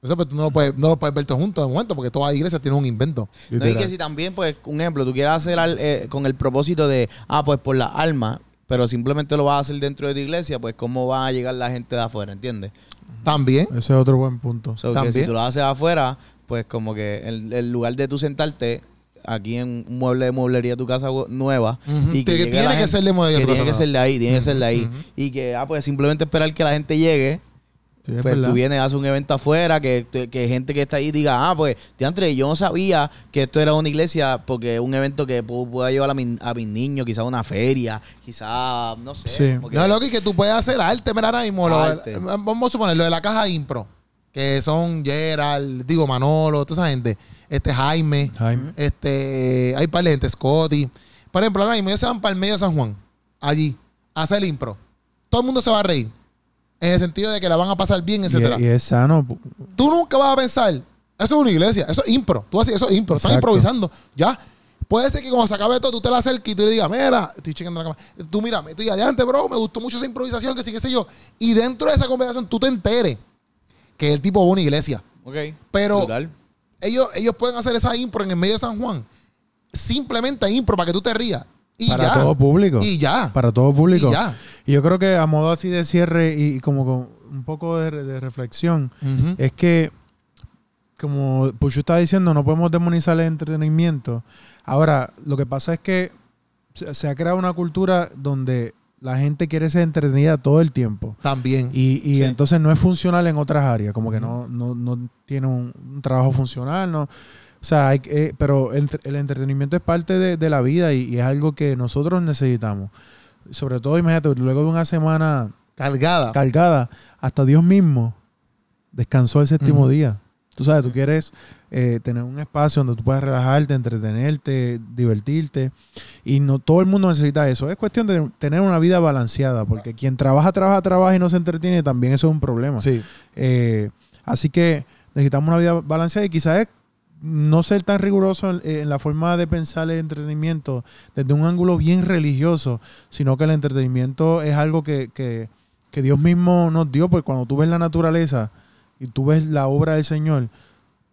B: Entonces, pues tú no lo puedes, no lo puedes ver todo junto de momento, porque todas las iglesias tienen un invento.
C: sí.
A: No, y que si también, pues, un ejemplo, tú quieras hacer al- eh, con el propósito de, ah, pues por la alma, pero simplemente lo vas a hacer dentro de tu iglesia, pues cómo va a llegar la gente de afuera, ¿entiendes?
B: También.
C: Ese es otro buen punto.
A: So, que
B: También.
A: si tú lo haces afuera, pues como que el, el lugar de tú sentarte aquí en un mueble de mueblería de tu casa gu- nueva
B: Ujú.
A: y que,
B: Que
A: llegue
B: tiene
A: la
B: que
A: gente-
B: ser de mueble de
A: que
B: tu
A: tiene
B: casa
A: que ser de ahí, tiene que ser de ahí
B: Ujú.
A: y que ah pues simplemente esperar que la gente llegue
C: Sí, es
A: pues
C: verdad.
A: tú vienes, haces un evento afuera, que, que- que gente que está ahí diga, ah, pues, Teantre, yo no sabía que esto era una iglesia, porque es un evento que pu- pueda llevar a, mi- a mis niños, quizás una feria, quizás, no sé.
C: Sí.
A: como que-
B: No, Loki, que tú puedes hacer arte, mira, ahora mismo. lo-
A: Arte.
B: vamos a suponer, lo de la caja impro, que son Gerald, digo Manolo, toda esa gente, este Jaime,
C: Jaime.
B: este, hay par de gente, Scotty. Por ejemplo, ahora mismo ellos se van para el medio de San Juan, allí, a hacer impro. Todo el mundo se va a reír, en el sentido de que la van a pasar bien, etcétera.
C: Y, y es sano. pu-
B: Tú nunca vas a pensar, eso es una iglesia, eso es impro. Tú haces eso es impro, estás
C: Exacto.
B: improvisando. Ya. Puede ser que cuando se acabe todo, tú te la acerques y tú le digas, mira, estoy chequeando la cámara. Tú mira, tú digas, adelante, bro, me gustó mucho esa improvisación, que sí, qué sé yo. Y dentro de esa conversación tú te enteres que el tipo va a una iglesia.
A: Ok.
B: Pero-
A: Brutal.
B: Ellos, ellos pueden hacer esa impro en el medio de San Juan. Simplemente impro para que tú te rías. Y
C: para
B: ya.
C: todo público.
B: Y ya.
C: Para todo público.
B: Y ya.
C: Y yo creo que a modo así de cierre y, y como con un poco de, re- de reflexión,
B: Ujú.
C: es que, como Puchu está diciendo, no podemos demonizar el entretenimiento. Ahora, lo que pasa es que se, se ha creado una cultura donde la gente quiere ser entretenida todo el tiempo.
B: También.
C: Y, y
A: Sí.
C: entonces no es funcional en otras áreas, como que no, no, no tiene un, un trabajo funcional, no. O sea, hay que- eh, pero entre- el entretenimiento es parte de, de la vida y, y es algo que nosotros necesitamos. Sobre todo, imagínate, luego de una semana
B: Cargada.
C: cargada, hasta Dios mismo descansó el séptimo
B: Ujú.
C: día. Tú sabes, tú quieres eh, tener un espacio donde tú puedas relajarte, entretenerte, divertirte. Y no todo el mundo necesita eso. Es cuestión de tener una vida balanceada, porque quien trabaja, trabaja, trabaja y no se entretiene, también eso es un problema.
B: sí.
C: Eh, así que necesitamos una vida balanceada y quizás es no ser tan riguroso en, eh, en la forma de pensar el entretenimiento desde un ángulo bien religioso, sino que el entretenimiento es algo que, que- que Dios mismo nos dio, porque cuando tú ves la naturaleza y tú ves la obra del Señor,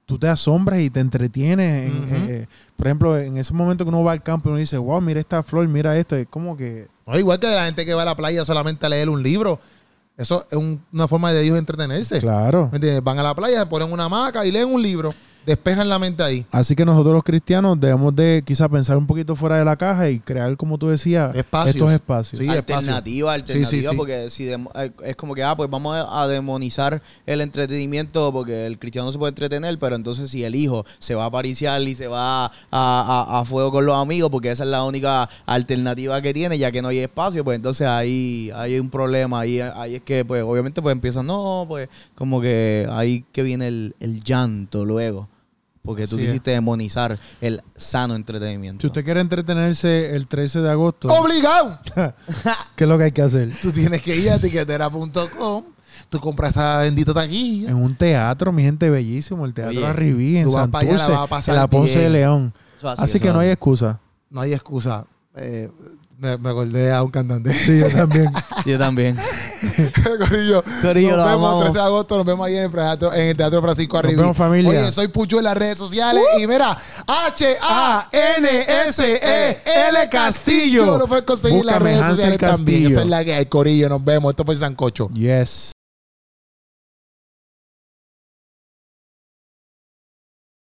C: tú te asombras y te entretienes. en-
B: Ujú.
C: eh, eh, por ejemplo, en ese momento que uno va al campo y uno dice, wow, mira esta flor, mira esto, es como que...
B: No, igual que la gente que va a la playa solamente a leer un libro. Eso es un- una forma de ellos entretenerse.
C: Claro.
B: ¿Me entiendes? Van a la playa, se ponen una hamaca y leen un libro, despejan la mente ahí.
C: Así que nosotros los cristianos debemos de quizá pensar un poquito fuera de la caja y crear, como tú decías,
B: Espacios.
C: estos espacios.
B: Sí, espacio.
A: alternativa, alternativa,
B: Sí, sí, sí.
A: porque si demo- eh, es como que, ah, pues vamos a a demonizar el entretenimiento porque el cristiano no se puede entretener, pero entonces si el hijo se va a pariciar y se va a, a- a fuego con los amigos porque esa es la única alternativa que tiene, ya que no hay espacio, pues entonces ahí ahí hay un problema, ahí, ahí es que, pues obviamente, pues empiezan, no, pues como que ahí que viene el, el llanto luego, porque tú
C: Así es.
A: quisiste demonizar el sano entretenimiento.
C: Si usted quiere entretenerse el 13 de agosto,
B: ¡Obligado!
C: ¿qué es lo que hay que hacer?
B: Tú tienes que ir a tiquetera.com, tú compras esa bendita taquilla.
C: En un teatro, mi gente, bellísimo, el Teatro
A: Oye,
C: Arribí, en
B: tú vas pa' allá,
C: Santurce,
B: la vas a pasar
C: en la Ponce de
B: bien.
C: León.
A: Eso
C: Así que no hay excusa.
B: No hay excusa. Eh, me, me acordé a un cantante.
C: Sí, yo también.
A: Yo también.
B: Corillo,
A: Corillo,
B: nos
A: lo
B: vemos
A: amamos.
B: el 13 de agosto, nos vemos ahí en el Teatro, en el teatro Francisco
C: Nos
B: Arribí.
C: vemos, familia.
B: Oye, soy Pucho en las redes sociales y mira, H-A-N-S-E-L Castillo.
C: Castillo.
B: Lo puedes conseguir en las
C: Búscame
B: redes
C: Hansel
B: sociales también.
C: Castillo.
B: Esa es la que hay, Corillo, nos vemos. Esto fue el Sancocho.
C: Yes.